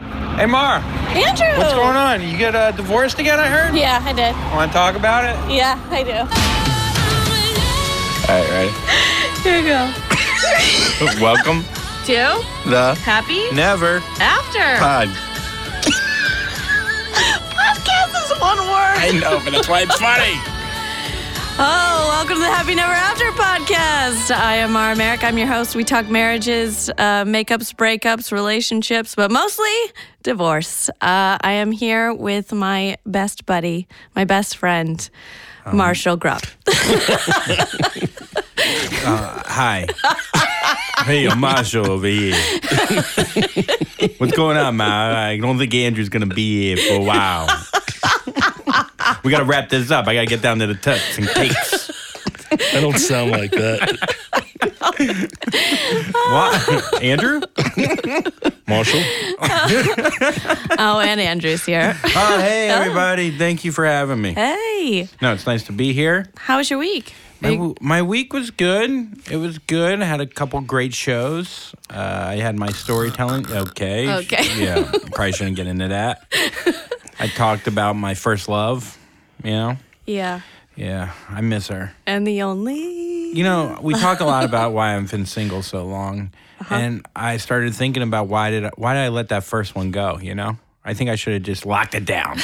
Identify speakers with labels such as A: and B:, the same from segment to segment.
A: Hey, Mar,
B: Andrew!
A: what's going on? You get uh, divorced again, I heard?
B: Yeah, I did.
A: Want to talk about it?
B: Yeah, I do.
A: All right, ready?
B: Here you go.
A: Welcome
B: Do?
A: the
B: Happy?
A: Never
B: After.
A: Pod.
B: Podcast is one word.
A: I know, but that's why it's funny.
B: Oh, welcome to the Happy Never After podcast. I am Mara Merrick. I'm your host. We talk marriages, uh, makeups, breakups, relationships, but mostly divorce. Uh, I am here with my best buddy, my best friend, Marshall Grubb.
C: Hi. hey, I'm Marshall over here. What's going on, man? I don't think Andrew's gonna be here for a while. we gotta wrap this up. I gotta get down to the tucks and cakes.
D: I don't sound like that.
C: What? Andrew?
D: Marshall?
B: oh, and Andrew's here.
A: Uh,
C: Oh, hey everybody! Thank you for having me.
B: hey,
C: No, it's nice to be here.
B: how was your week?
C: My, w- my week was good. It was good. I had a couple great shows. Uh, I had my storytelling. Okay.
B: Okay.
C: Yeah. Probably shouldn't get into that. I talked about my first love. You know.
B: Yeah.
C: Yeah, I miss her.
B: And the only.
C: You know, we talk a lot about why I've been single so long,
B: Uh-huh.
C: and I started thinking about why did I, why did I let that first one go? You know, I think I should have just locked it down.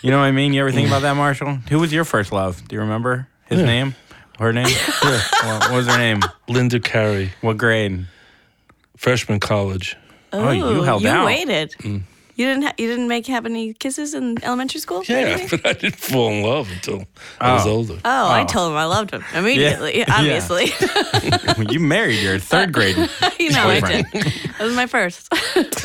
C: you know what I mean? You ever think about that, Marshall? Who was your first love? Do you remember his name? Her name? Well, what was her name?
D: Linda Carey,
C: What grade?
D: freshman college.
C: Oh, you
B: Ooh,
C: held
B: you
C: out. Mm.
B: waited. You didn't. Ha- you didn't make have any kisses in elementary school. or
D: Yeah,
B: anything?
D: but I didn't fall in love until I was older.
B: Oh, I told him I loved him immediately. Obviously,
C: you married your third grade.
B: you know I did.
C: Boyfriend.
B: That was my first.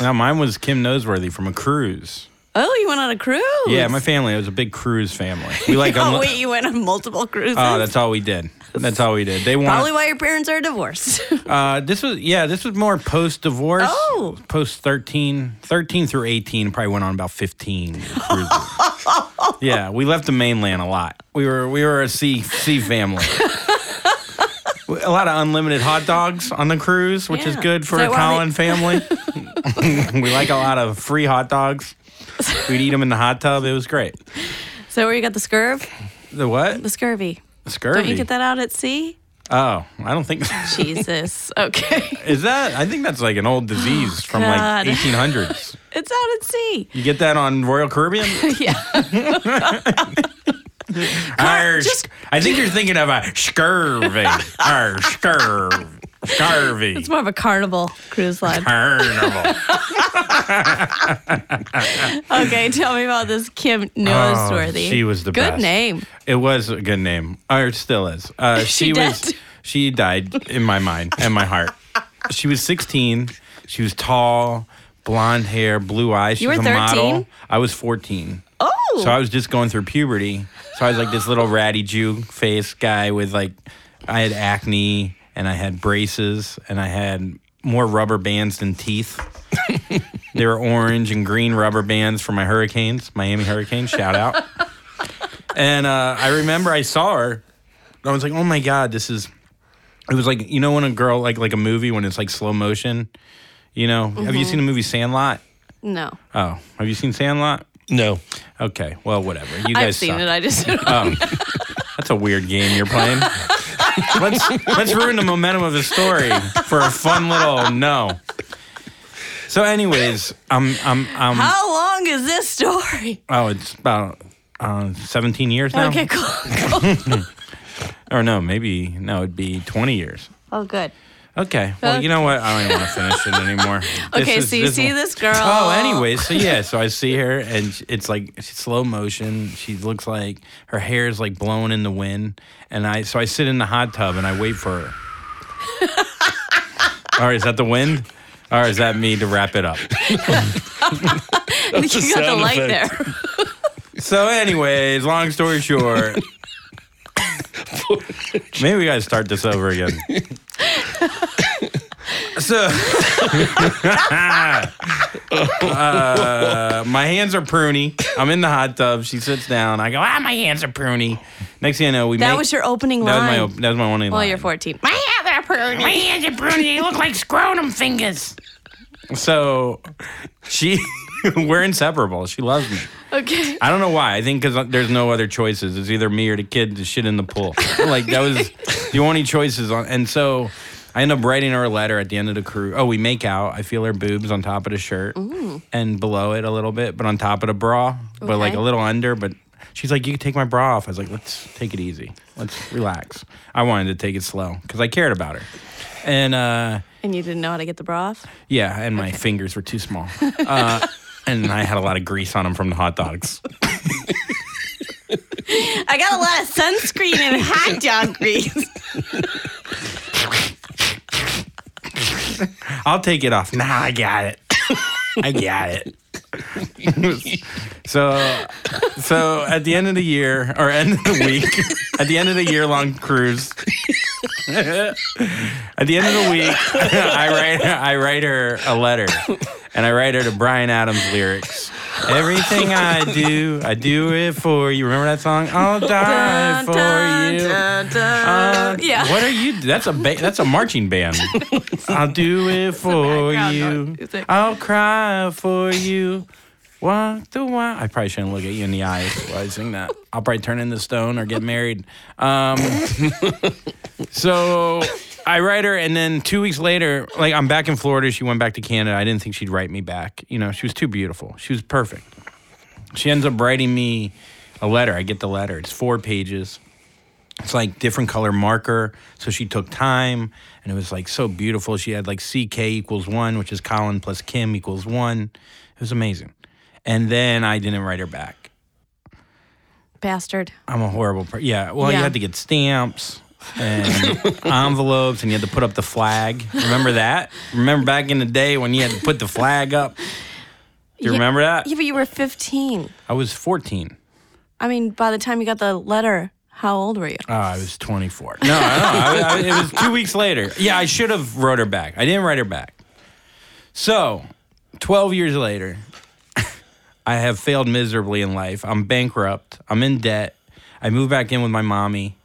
C: now mine was Kim Noseworthy from a cruise.
B: oh, you went on a cruise.
C: Yeah, my family. It was a big cruise family. We like.
B: Oh
C: unlo-
B: wait, you went on multiple cruises.
C: Oh, that's all we did. That's all we did. They
B: Probably
C: wanted.
B: why your parents are divorced.
C: Uh, this was yeah. This was more post divorce.
B: Oh.
C: Post 13, 13 through eighteen. Probably went on about fifteen. cruises. yeah, we left the mainland a lot. We were we were a sea sea family. a lot of unlimited hot dogs on the cruise, which is
B: Yeah.
C: good for
B: Is
C: a
B: that why
C: Colin family. we like a lot of free hot dogs. We'd eat them in the hot tub. It was great.
B: so where you got the scurv?
C: The what?
B: The scurvy.
C: Scurvy.
B: Don't you get that out at sea?
C: Oh, I don't think.
B: Jesus. Okay.
C: Is that? I think that's like an old disease from
B: God.
C: like 1800s.
B: It's out at sea.
C: You get that on Royal Caribbean?
B: Yeah.
C: Arr,
B: just-
C: sc- I think you're thinking of a scurvy. Arr, scurv, scurvy.
B: It's more of a carnival cruise line.
C: Carnival.
B: Okay, tell me about this Kim Noseworthy.
C: Oh, she was the
B: Good
C: best.
B: name.
C: It was a good name. Or it still is. Uh,
B: She
C: she was
B: dead?
C: she died in my mind and my heart. She was 16. She was tall, blonde hair, blue eyes. She
B: You
C: was
B: were
C: a model.
B: 13?
C: I was 14.
B: Oh.
C: So I was just going through puberty. So I was like this little ratty Jew face guy with like, I had acne and I had braces and I had more rubber bands than teeth. they were orange and green rubber bands for my Hurricanes, Miami Hurricanes, shout out. and uh, I remember I saw her. I was like, oh my God, this is. It was like, you know, when a girl, like like a movie, when it's like slow motion, you know? Have you seen the movie Sandlot?
B: no.
C: Oh, have you seen Sandlot?
D: No.
C: Okay, well, whatever. You guys
B: I've seen
C: suck.
B: it. I just
C: That's a weird game you're playing. let's let's ruin the momentum of the story for a fun little no. So, anyways, um, um, um,
B: How long is this story?
C: oh, it's about uh, 17 years now,
B: Okay, cool. cool.
C: or no, maybe no, it'd be 20 years.
B: oh, good.
C: Okay, well, you know what? I don't even want to finish it anymore. This
B: Okay,
C: is-
B: so you
C: this
B: see
C: one-
B: this girl.
C: Oh, anyways, so yeah, so I see her and sh- it's like she's slow motion. She looks like her hair is like blowing in the wind, and I so I sit in the hot tub and I wait for her. All right, is that the wind? Or is that me to wrap it up?
D: That's a
B: You got the
D: sound
B: light
D: effect.
B: there.
C: So, anyways, long story short, maybe we gotta start this over again. so, Uh, my hands are pruny. I'm in the hot tub. She sits down. I go, ah, my hands are pruny. Next thing I know, we
B: That
C: make-
B: was your opening
C: that was
B: line.
C: my op- that was my only
B: well,
C: line.
B: you're 14.
C: My hands are pruny. They look like scrotum fingers. So she We're inseparable. She loves me.
B: Okay.
C: I don't know why. I think because there's no other choices. It's either me or the kid to shit in the pool. like that was the only choices on. And so I end up writing her a letter at the end of the cruise. Oh, we make out. I feel her boobs on top of the shirt and below it a little bit, but on top of the bra, but like
B: Okay.
C: a little under. But she's like, "You can take my bra off." I was like, "Let's take it easy. Let's relax." I wanted to take it slow because I cared about her. And uh,
B: And you didn't know how to get the bra off?
C: yeah, and my fingers were too small. Uh, and I had a lot of grease on them from the hot dogs.
B: I got a lot of sunscreen and hot dog grease.
C: I'll take it off. Nah, I got it. I got it. so, so at the end of the year or end of the week, at the end of the year long cruise, at the end of the week, I write I write her a letter, and I write her to Brian Adams lyrics. Everything I do, I do it for you. Remember that song? I'll die
B: Dun, dun,
C: for you.
B: dun,
C: Uh,
B: dun. yeah.
C: What are you? That's a ba- that's a marching band. I'll do it for
B: background
C: you.
B: noise. It's like-
C: I'll cry for you. Walk the wild. I probably shouldn't look at you in the eyes while I sing that. I'll probably turn into stone or get married. Um, so I write her, and then two weeks later, like I'm back in Florida. She went back to Canada. I didn't think she'd write me back. You know, she was too beautiful. She was perfect. She ends up writing me a letter. I get the letter. It's four pages. It's like different color marker. So she took time and it was like so beautiful. She had like CK equals one, which is Colin plus Kim equals one. It was amazing. And then I didn't write her back.
B: Bastard.
C: I'm a horrible person. Yeah. Well,
B: Yeah.
C: you had to get stamps and envelopes and you had to put up the flag. Remember that? Remember back in the day when you had to put the flag up? Do you remember that?
B: Yeah, but you were 15.
C: I was 14.
B: I mean, by the time you got the letter, how old were you?
C: Oh, I was 24. No, I know. I, I, it was two weeks later. Yeah, I should have wrote her back. I didn't write her back. So, 12 years later, I have failed miserably in life. I'm bankrupt. I'm in debt. I move back in with my mommy.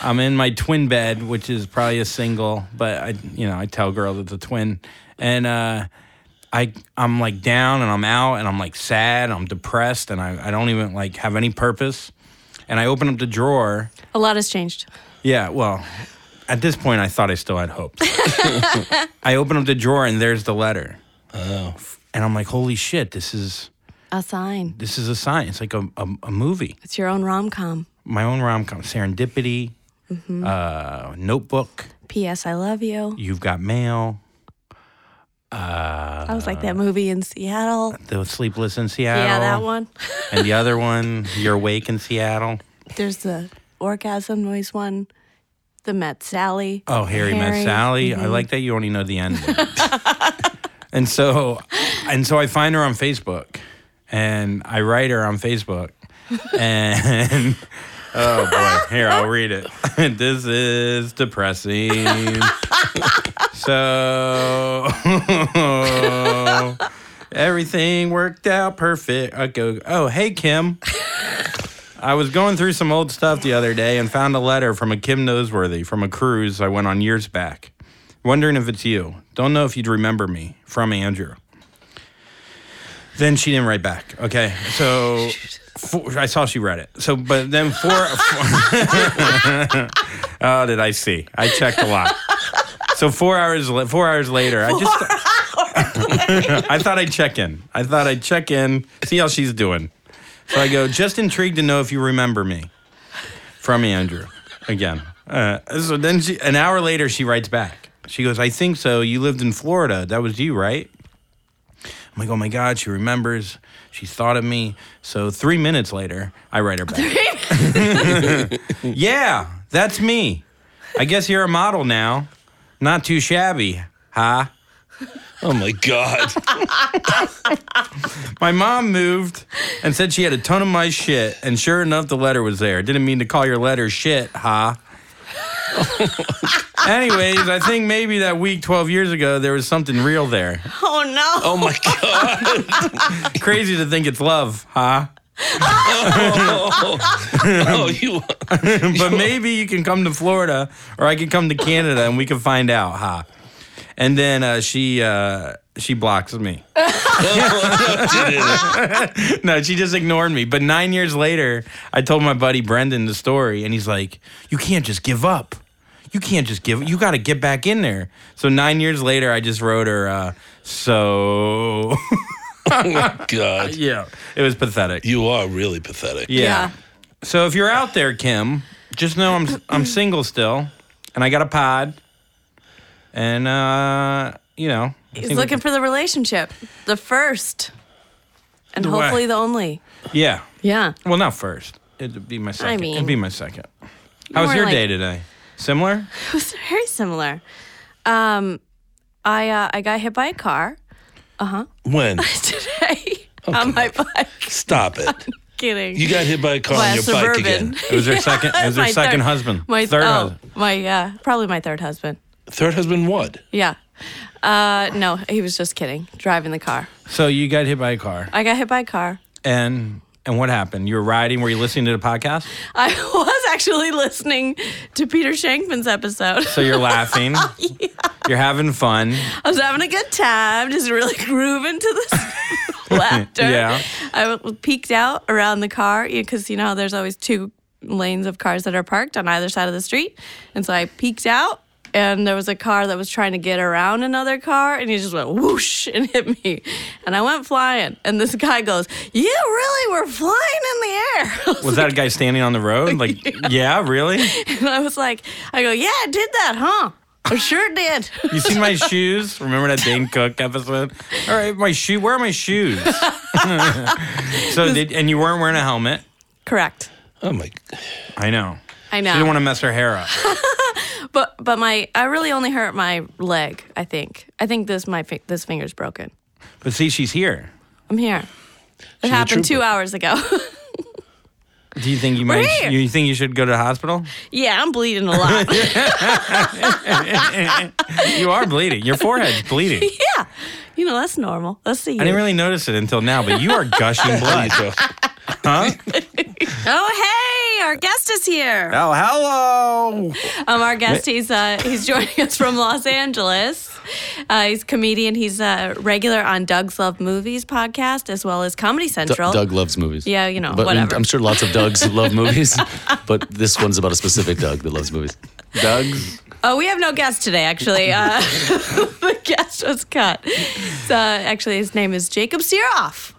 C: I'm in my twin bed, which is probably a single, but I, you know, I tell girls it's a twin. And uh, I, I'm like down and I'm out and I'm like sad. I'm depressed and I, I don't even like have any purpose. And I open up the drawer
B: A lot has changed.
C: yeah, well, at this point, I thought I still had hope. I open up the drawer and there's the letter,
D: Oh.
C: and I'm like, "Holy shit! This is
B: A sign.
C: this is a sign. It's like a a, a movie.
B: It's your own rom com.
C: My own rom com, Serendipity,
B: Mm-hmm.
C: uh, Notebook.
B: P.S. I love you.
C: You've got mail.
B: I was like that movie in Seattle.
C: The Sleepless in Seattle.
B: Yeah, that one.
C: and the other one, You're Awake in Seattle.
B: There's the orgasm noise one, the Met Sally.
C: Oh, Harry, Met Sally. I like that you only know the end. and so, and so I find her on Facebook, and I write her on Facebook, and oh boy, here I'll read it. this is depressing. so. Everything worked out perfect. I go, oh, hey, Kim. I was going through some old stuff the other day and found a letter from a Kim Noseworthy from a cruise I went on years back. Wondering if it's you. Don't know if you'd remember me. From Andrew. Then she didn't write back. Okay, so four, I saw she read it. So, but then four. four- oh, did I see? I checked a lot. So four hours, la- four hours later, I just. I thought I'd check in. I thought I'd check in, see how she's doing. So I go, just intrigued to know if you remember me. From Andrew, again. Uh, so then she, an hour later, she writes back. She goes, I think so. You lived in Florida. That was you, right? I'm like, oh my God, she remembers. She thought of me. So three minutes later, I write her back. yeah, that's me. I guess you're a model now. Not too shabby, huh?
D: Oh my God.
C: My mom moved and said she had a ton of my shit, and sure enough, the letter was there. Didn't mean to call your letter shit, ha. Anyways, I think maybe that week 12 years ago, there was something real there.
B: Oh no.
D: Oh my God.
C: Crazy to think it's love, huh?
D: Oh, you.
C: But maybe you can come to Florida or I can come to Canada and we can find out, huh? And then uh, she uh, she blocks me.
D: Oh,
C: no, she just ignored me. But nine years later, I told my buddy Brendan the story, and he's like, "You can't just give up. You can't just give. You got to get back in there." So nine years later, I just wrote her. Uh, so
D: Oh my God.
C: yeah, it was pathetic.
D: You are really pathetic.
C: Yeah. So if you're out there, Kim, just know I'm I'm single still, and I got a pod, and uh, you know, I
B: He's
C: think-
B: looking for the relationship, the first, and
C: The what?
B: hopefully the only.
C: yeah.
B: Yeah.
C: Well, not first. It'd be my second.
B: mean-
C: It'd be my second. How was
B: were
C: your
B: like-
C: day today? Similar?
B: It was very similar. Um, I uh, I got hit by a car
D: When?
B: today
C: Oh,
B: on my bike.
D: Stop it.
B: Kidding.
D: You got hit by a car
B: By a
D: on your bike again.
C: It was her second. It was her
B: My
C: second
B: third-
C: husband.
B: My
C: third
B: oh,
C: husband.
B: My yeah, probably my third husband.
D: Third husband, what?
B: Yeah. Uh, no, he was just kidding. Driving the car.
C: So you got hit by a car,
B: I got hit by a car.
C: and and what happened? You were riding. Were you listening to the podcast?
B: I was actually listening to Peter Shankman's episode.
C: So you're laughing. You're having fun.
B: I was having a good time, just really grooving to this laughter.
C: Yeah.
B: I w- peeked out around the car because you know how there's always two lanes of cars that are parked on either side of the street, and so I peeked out. And there was a car that was trying to get around another car, and he just went whoosh and hit me. And I went flying. And this guy goes, You really were flying in the air. I was
C: Was that a guy standing on the road? Like, yeah, really?
B: And I was like, I go, yeah, I did that, huh? I sure did.
C: You seen my shoes? Remember that Dane Cook episode? All right, my shoe. Where are my shoes? so did and you weren't wearing a helmet.
B: Correct.
D: Oh my.
C: I know.
B: I
C: She didn't
B: know.
C: want to mess her hair up.
B: but but my I really only hurt my leg. I think. I think this my fi- this finger's broken.
C: But see, she's here.
B: I'm here. It
D: a
B: happened two
D: trooper.
B: hours ago.
C: Do you think you might?
B: here.
C: You think you should go to the hospital?
B: yeah, I'm bleeding a lot.
C: You are bleeding. Your forehead's bleeding.
B: yeah, you know that's normal. That's the.
C: I didn't
B: year.
C: really notice it until now, but you are gushing blood. Huh?
B: oh hey, our guest is here.
C: Oh, hello.
B: Um, our guest, he's uh, he's joining us from Los Angeles. Uh, he's a comedian. He's a regular on Doug's Love Movies podcast as well as Comedy
E: D-
B: Central.
E: Doug loves movies.
B: Yeah, you know,
E: but um,
B: whatever.
E: I'm sure lots of Dougs love movies, but this one's about a specific Doug that loves movies. Doug's
B: Oh, we have no guest today, actually. Uh, the guest was cut. So, actually, his name is Jacob Searoff.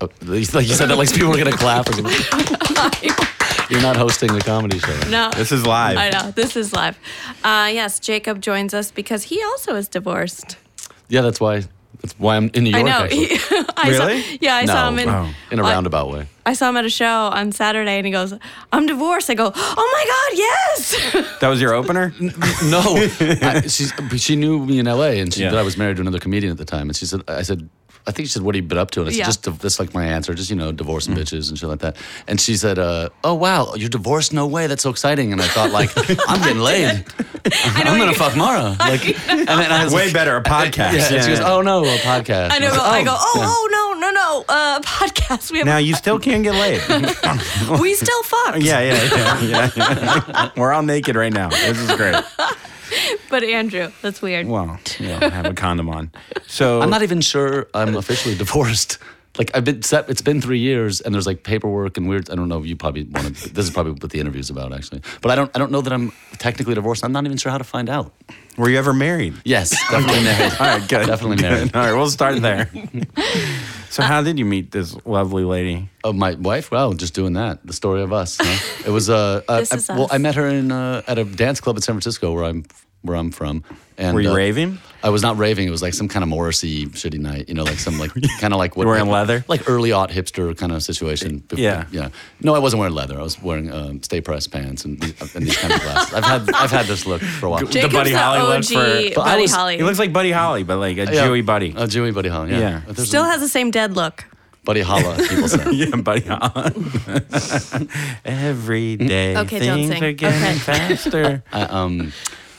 E: oh, like you said that like people are gonna clap. or something. You're not hosting the comedy show.
B: No,
C: This is live.
B: I know. This is live. Uh, yes, Jacob joins us because he also is divorced.
E: Yeah, that's why. That's why I'm in New
B: I
E: York.
B: know.
E: Actually.
B: I Saw,
C: Really?
B: yeah, I
E: no,
B: saw him in.
E: in a
B: I-
E: roundabout way.
B: I saw him at a show on Saturday, and he goes, "I'm divorced." I go, "Oh my God, yes!"
C: That was your opener.
E: No, I, she's, but she knew me in L.A. and she
C: Yeah.
E: that I was married to another comedian at the time. And she said, I said, I think she said, what have you been up to? And I said,
B: Yeah.
E: just that's like my answer, just you know, divorce and bitches and shit like that. And she said, uh, oh wow, you're divorced? No way, that's so exciting. And I thought like, I'm getting laid. I'm gonna fuck Mara. Like, and then I was
C: Way
E: like-
C: better. A podcast.
E: Yeah, And she goes, oh no, a podcast.
B: I know.
E: was like,
B: I go, "Oh,
E: yeah."
B: oh no, no, no, uh, podcast. We have,
C: Now you still can't get laid.
B: we still fucked."
C: Yeah, yeah, yeah, yeah. We're all naked right now. This is great.
B: But Andrew, that's weird.
C: Well, you know, have a condom on. So
B: Oh.
E: I'm not even sure I'm officially divorced. Like I've been set. It's been three years, and there's like paperwork and weird. I don't know. You probably want to. This is probably what the interview's about, actually. But I don't. I don't know that I'm technically divorced. I'm not even sure how to find out.
C: Were you ever married?
E: Yes, definitely married.
C: All right, good.
E: Definitely
C: Good.
E: married.
C: All right, we'll start there. so, how did you meet this lovely lady?
E: Oh, my wife. Wow, just doing that. The story of us. huh? It was. Uh, uh,
B: This
E: I-
B: is
E: Well,
B: us.
E: I met her in uh, at a dance club in San Francisco, where I'm where I'm from. And
C: Were you
E: uh,
C: raving?
E: I was not raving. It was like some kind of Morrissey shitty night, you know, like some like kind of like what
C: You were in leather? Uh,
E: like early aught hipster kind of situation. Bef-
C: Yeah.
E: yeah. No, I wasn't wearing leather. I was wearing um, stay pressed pants and, these- and these kind of glasses. I've had I've had this look for a while.
B: Jacob's
C: Buddy
B: the
C: Holly look
B: OG
C: for-
E: But I
B: Buddy
E: was-
B: Holly.
C: He looks like Buddy Holly, but like a
E: Yeah. Oh,
C: Jewy Buddy.
E: A Jewy Buddy Holly. Yeah.
C: Yeah.
E: But there's
B: Still
E: a
B: has the same dead look.
E: Buddy Holla. People say.
C: yeah, Buddy Holly. Every day
B: Okay, don't
C: things
B: sing.
C: are getting
B: Okay.
C: faster.
E: I, um,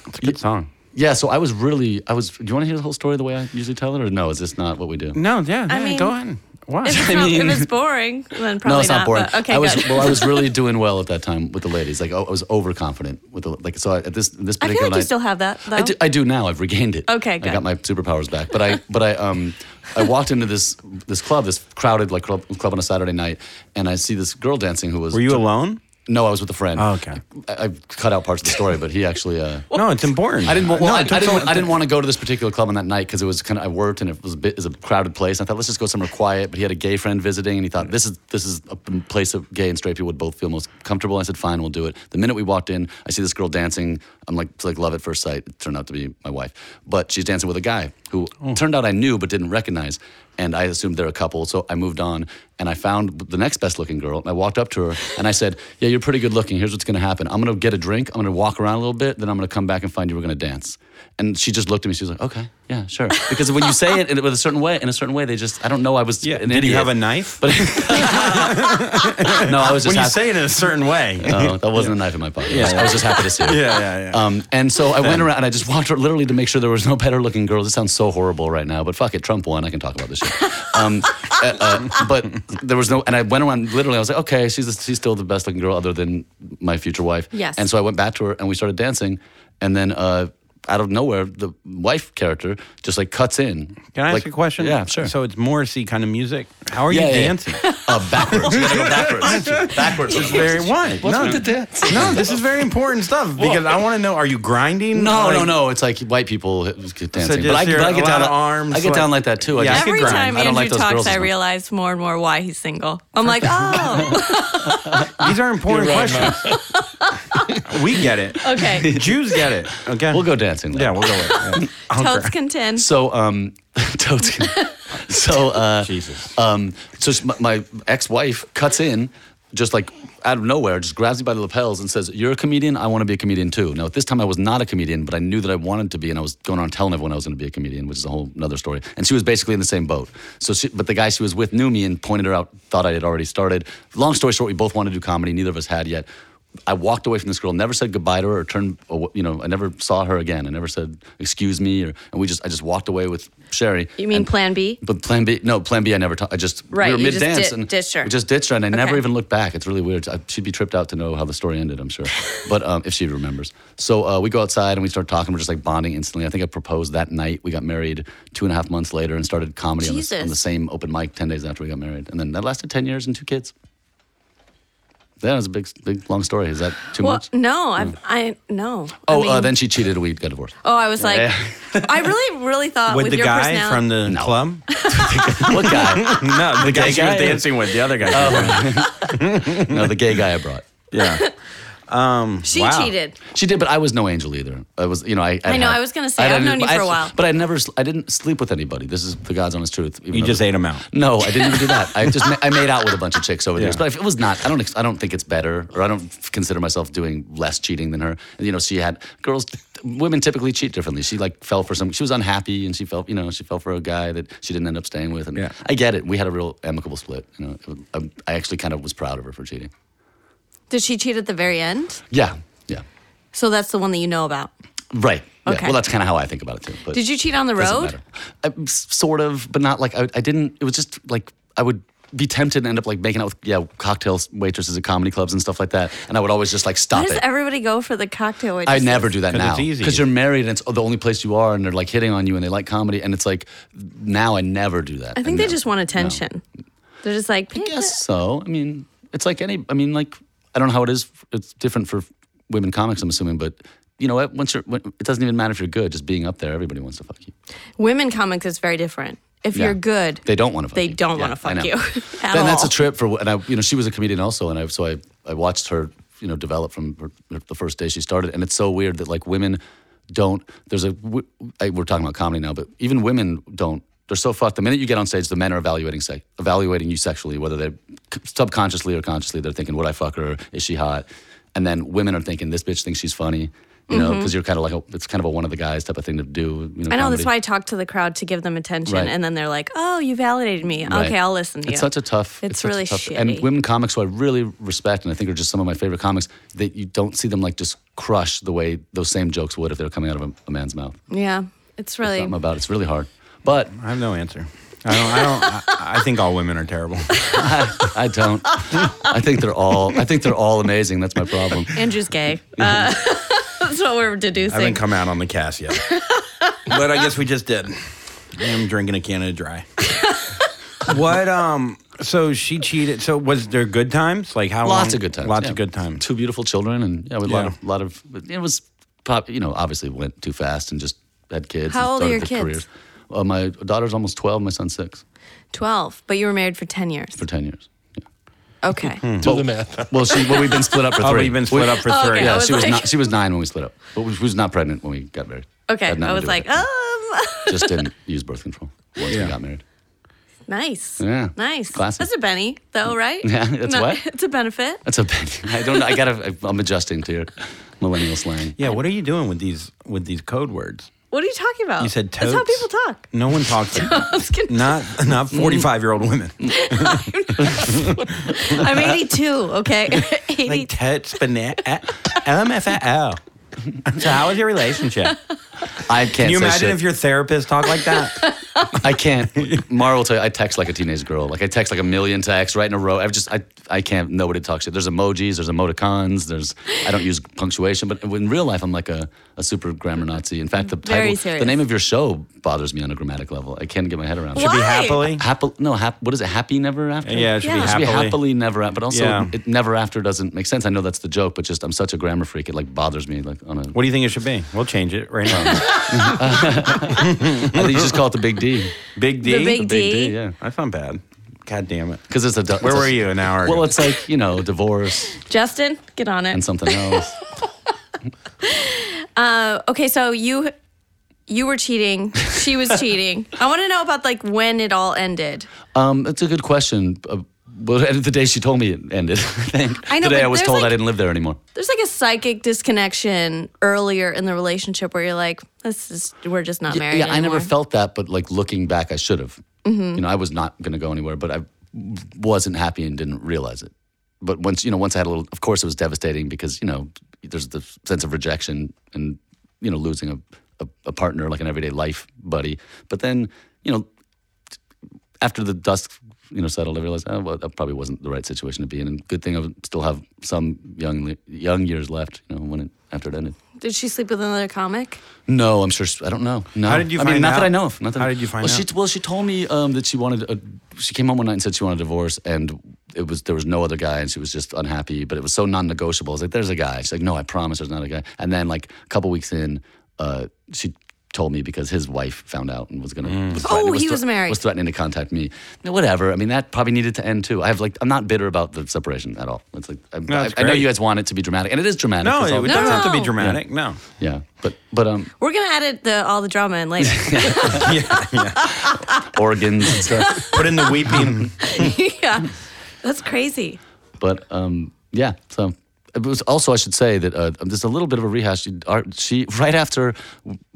C: It's a good song.
E: yeah. So I was really I was. Do you want to hear the whole story the way I usually tell it, or no? Is this not what we do?
C: No, yeah,
B: I
C: yeah,
B: mean-
C: go on. Why?
B: If it's,
E: I
B: not,
E: mean-
B: if it's boring, then probably
E: no, it's not boring.
B: but- okay,
E: I was
B: good.
E: well, I was really doing well at that time with the ladies. Like I was overconfident with the like. So I, at this this
B: I feel
E: particular
B: like you
E: night,
B: still have that though.
E: I do, I do now. I've regained it.
B: Okay,
E: I
B: good.
E: got my superpowers back. But I but I um I walked into this this club, this crowded like club, club on a Saturday night, and I see this girl dancing who was
C: Were you alone?
E: No, I was with a friend.
C: Oh, okay.
E: I, I cut out parts of the story, but he actually. Uh,
C: No, it's important.
E: I didn't. wa-
C: No,
E: Well, I, I
C: it took
E: didn't.
C: so-
E: want- I didn't want to go to this particular club on that night because it was kind of. I worked and it was a bit is a crowded place. I thought let's just go somewhere quiet. But he had a gay friend visiting, and he thought this is this is a p- place that gay and straight people would both feel most comfortable. I said fine, we'll do it. The minute we walked in, I see this girl dancing. I'm like it's like love at first sight. It turned out to be my wife, but she's dancing with a guy who Mm-hmm. turned out I knew but didn't recognize. And I assumed they're a couple, so I moved on. And I found the next best looking girl, and I walked up to her and I said, "Yeah, you're pretty good looking. Here's what's gonna happen. I'm gonna get a drink. I'm gonna walk around a little bit. Then I'm gonna come back and find you. We're gonna dance." And she just looked at me. She was like, "Okay, yeah, sure." Because when you say it in- with a certain way, in a certain way, they just—I don't know. I was
C: Yeah.
E: An
C: Did you
E: idiot.
C: have a knife?
E: But no, I was just
C: when you
E: happy-
C: say it in a certain way.
E: No, that wasn't a knife in my pocket. I, was, I was just happy to see it.
C: Yeah, yeah, yeah.
E: Um, and so I went around and I just walked around literally to make sure there was no better looking girls. It sounds so horrible right now, but fuck it, Trump won. I can talk about this shit. Um, uh, uh, but there was no, and I went around literally. I was like, okay, she's she's still the best looking girl other than my future wife.
B: Yes.
E: And so I went back to her and we started dancing, and then. Uh, out of nowhere, the wife character just like cuts in.
C: Can I ask
E: Like-
C: a question?
E: Yeah, sure.
C: So it's Morrissey kind of music. How are
E: Yeah,
C: you
E: yeah, yeah.
C: dancing?
E: Uh, backwards. You gotta go backwards. backwards.
C: It's very why? no,
E: dance?
C: no, this is very important stuff because I want to know: Are you grinding?
E: No,
C: Like-
E: no, no. It's like white people dancing.
C: just
E: but I, but
C: your-
E: I
C: a
E: get
C: lot
E: down
C: of arms,
E: I get
C: like-
E: down like that too. I
C: Yeah.
E: just,
C: Every
B: Every
C: grind.
B: time
E: I don't
B: Andrew
E: like those girls
B: talks,
E: as
B: I
E: much.
B: realize more and more why he's single. I'm like, oh,
C: These are important
D: You're right,
C: questions. we get it.
B: okay.
C: Jews get it. Okay.
E: we'll go dancing. later.
C: Yeah, we'll go. With it. Yeah.
B: Totes contend.
E: So, um, totes. so, uh,
C: Jesus.
E: um, so she- my, my ex-wife cuts in, just like out of nowhere, just grabs me by the lapels and says, "You're a comedian. I want to be a comedian too." Now, at this time, I was not a comedian, but I knew that I wanted to be, and I was going on telling everyone I was going to be a comedian, which is a whole another story. And she was basically in the same boat. So, she, but the guy she was with knew me and pointed her out. Thought I had already started. Long story short, we both wanted to do comedy. Neither of us had yet. I walked away from this girl, never said goodbye to her or turned, aw- you know, I never saw her again. I never said, excuse me, or, and we just, I just walked away with Sherry.
B: You mean
E: And-
B: Plan B?
E: But Plan B, no, Plan B, I never, ta- I just,
B: Right,
E: we were
B: you just
E: mid dance.
B: di- ditched her.
E: We just ditched her, and I never
B: Okay.
E: even looked back. It's really weird. I, she'd be tripped out to know how the story ended, I'm sure, but um, if she remembers. So uh, we go outside and we start talking. We're just like bonding instantly. I think I proposed that night. We got married two and a half months later and started comedy on the, on
B: Jesus.
E: the same open mic 10 days after we got married. And then that lasted 10 years and two kids. That was a big, big, long story. Is that too
B: Well,
E: much?
B: no, I've, I no.
E: Hmm. Oh,
B: I mean-
E: uh, then she cheated. We got divorced.
B: Oh, I was like, I really, really thought with,
C: With the
B: your
C: guy
B: personality.
C: from the club?
E: what guy?
C: no, the guy she was
E: guy?
C: dancing with, the other guy.
E: no, the gay guy I brought.
C: Yeah.
B: she
C: Wow.
B: cheated.
E: She did, but I was no angel either. I was, you know, I.
B: I know,
E: had-
B: I was gonna say,
E: I'd
B: I've
E: had-
B: known you for a
E: I-
B: while.
E: but I never, sl- I didn't sleep with anybody. This is the God's honest truth. even
C: You
E: though
C: just
E: the-
C: ate him out.
E: No, I didn't even do that. I just, ma- I made out with a bunch of chicks over the
C: Yeah.
E: years. But it was not. I don't, ex- I don't think it's better, or I don't f- consider myself doing less cheating than her. You know, she had girls, women typically cheat differently. She like fell for some. She was unhappy, and she felt, you know, she fell for a guy that she didn't end up staying with. And
C: Yeah.
E: I get it. We had a real amicable split. You know, It- I, I actually kind of was proud of her for cheating.
B: Did she cheat at the very end?
E: Yeah, yeah,
B: So that's the one that you know about.
E: right. Yeah.
B: Okay.
E: Well, that's kind of how I think about it too. But.
B: Did you cheat on the
E: Doesn't
B: road?
E: matter. I, s- sort of, but not like I, I didn't. It was just like I would be tempted and end up like making out with yeah cocktails waitresses at comedy clubs and stuff like that, and I would always just like
B: Why
E: stop
B: does
E: it.
B: everybody go for the cocktail?
E: I
B: waitresses?
E: never do that
C: 'Cause
E: now
C: it's easy.
E: because you're married and it's the only place you are, and they're like hitting on you and they like comedy, and it's like now I never do that.
B: I think they
E: never.
B: just want attention. They're just like, "Eh,
E: I guess so. I mean, it's like any. I mean, like I don't know how it is. It's different for women comics, I'm assuming, but you know what? Once you're, when, it doesn't even matter if you're good. Just being up there, everybody wants to fuck you.
B: eh." women comics is very different. If
E: Yeah.
B: you're good,
E: They don't want to fuck
B: They
E: you.
B: don't wanna
E: I
B: fuck
E: know.
B: you at
E: then that's
B: all.
E: a trip for and I you know she was a comedian also and I so I I watched her you know develop from her, the first day she started and it's so weird that like women don't there's a w- I, we're talking about comedy now but even women don't they're so fucked the minute you get on stage the men are evaluating sex evaluating you sexually whether they're subconsciously or consciously they're thinking would I fuck her is she hot and then women are thinking this bitch thinks she's funny you know because you're kind of like a, it's kind of a one of the guys type of thing to do you know
B: Mm-hmm. I know
E: comedy.
B: that's why I talk to the crowd to give them attention,
E: Right.
B: and then they're like, "Oh, you validated me.
E: Right.
B: Okay, I'll listen to
E: It's
B: you."
E: such a tough.
B: It's
E: such a
B: really
E: tough-
B: shitty.
E: And women comics, who I really respect and I think are just some of my favorite comics, that you don't see them like just crush the way those same jokes would if they were coming out of a, a man's mouth.
B: yeah, it's really.
E: Something about it. it's really hard. But
C: I have no answer. I don't. I don't. I, I think all women are terrible.
E: I, I don't. I think they're all. I think they're all amazing. That's my problem.
B: Andrew's gay. Uh, that's what we're
C: I haven't
B: deducing.
C: come out on the cast yet, but I guess we just did. I am drinking a can of dry. what? Um. So she cheated. So was there good times? Like how?
E: Lots
C: long-
E: of good times.
C: Lots
E: yeah.
C: of good times.
E: Two beautiful children, and yeah, with a lot
C: Yeah.
E: of lot of. It was pop. You know, obviously went too fast and just had kids. and
B: How old are
E: started
B: your
E: their
B: kids?
E: careers. Uh, my daughter's almost twelve. My son's six
B: 12, but you were married for 10 years.
E: for Hmm. ten years.
B: Okay.
D: Do the math.
E: Well, she. Well, we've been split up for three.
C: Oh, we've been split
E: We-
C: up for
B: Oh,
C: three.
B: okay. I
E: Yeah,
B: was
E: she was
B: like-
E: not. She was nine when we split up, but she was not pregnant when we got married.
B: Okay.
E: Had nothing
B: I
E: to
B: was
E: do
B: like,
E: with it.
B: um,
E: just didn't use birth control once
C: Yeah.
E: we got married.
B: nice.
E: Yeah.
B: Nice.
E: Classy.
B: That's a Benny, though, right?
E: Yeah, that's what?
B: It's a benefit.
E: That's a big. I don't. know. I gotta. I'm adjusting to your millennial slang.
C: Yeah. What are you doing with these with these code words?
B: What are you talking about?
C: You said totes.
B: That's how people talk.
C: No one talks.
B: It's con-
C: not not forty five year old women.
B: I'm 82, okay? 80.
C: Like eh, tits, banana, LMFAO. So how was your relationship?
E: I can't.
C: Can you
E: say
C: imagine
E: shit.
C: if your therapist talked like that?
E: I can't. Mara will tell you, I text like a teenage girl. Like I text like a million texts right in a row. I've just, I, I can't. Nobody talks shit. There's emojis. There's emoticons. There's. I don't use punctuation, but in real life, I'm like a, a super grammar Nazi. In fact, the
B: Very
E: title,
B: serious.
E: the name of your show bothers me on a grammatic level. I can't get my head around.
C: Should
E: it.
C: be
B: Why?
C: happily.
E: Happy, no, hap, what is it? Happy never after.
C: Yeah, it should
B: Yeah. It
E: Just
C: be
E: be
C: happily.
E: happily never after, but also
C: Yeah.
E: it never after doesn't make sense. I know that's the joke, but just I'm such a grammar freak, it like bothers me. Like on a,
C: What do you think it should be? We'll change it right now.
E: I think you just call it the big D
C: Big D.
B: The Big The Big D. D,
E: yeah.
C: That's not bad. God damn it.
E: because it's a. du-
C: Where
E: it's a-
C: were you an hour ago?
E: Well, it's like you know, divorce
B: Justin, get on it.
E: and something else.
B: Okay, so you you were cheating. She was cheating. I want to know about like when it all ended.
E: Um, it's a good question. Uh, but at the end of the day she told me it ended. I think
B: I know,
E: the day
B: but
E: I was
B: there's,
E: told I
B: like-
E: didn't live there anymore.
B: There's like a psychic disconnection earlier in the relationship where you're like, this is we're just not married.
E: yeah, I never
B: anymore. Mm-hmm.
E: felt that, but like looking back, I should have. You know, I was not going to go anywhere, but I wasn't happy and didn't realize it. But once you know, once I had a little, of course, it was devastating because you know, there's the sense of rejection and you know, losing a a, a partner like an everyday life buddy. But then you know, after the dust you know settled, I realized oh, well, that probably wasn't the right situation to be in. And good thing I would still have some young li- young years left. You know, when it after it ended.
B: Did she sleep with another comic?
E: No, I'm sure. she- I don't know. No.
C: How did you
E: I mean,
C: find
E: not
C: out?
E: that I know of. Not that
C: How
E: I-
C: did you find
E: well, She,
C: out?
E: well, she told me um, that she wanted. A, she came home one night and said she wanted a divorce, and it was there was no other guy, and she was just unhappy. But it was so non-negotiable. I was like, "There's a guy." She's like, "No, I promise, there's not a guy." And then, like a couple weeks in, uh, she told me because his wife found out and was gonna.
C: Mm.
E: Was threatening-
B: Oh, he was
E: thre-
B: married.
E: Was threatening to contact me. No, whatever. I mean, that probably needed to end too. I have like, I'm not bitter about the separation at all. It's like I, I,
C: that's
E: I know
C: great.
E: you guys want it to be dramatic, and it is dramatic.
C: no,
E: It's
C: it
E: all-
C: doesn't have to be
B: No.
C: dramatic. No.
E: yeah, but but um.
B: We're gonna edit the all the drama in later.
C: yeah, yeah.
E: organs and stuff.
C: Put in the weeping.
B: yeah, that's crazy.
E: But um, yeah, so it was also I should say that uh, there's a little bit of a rehash. She, our, she right after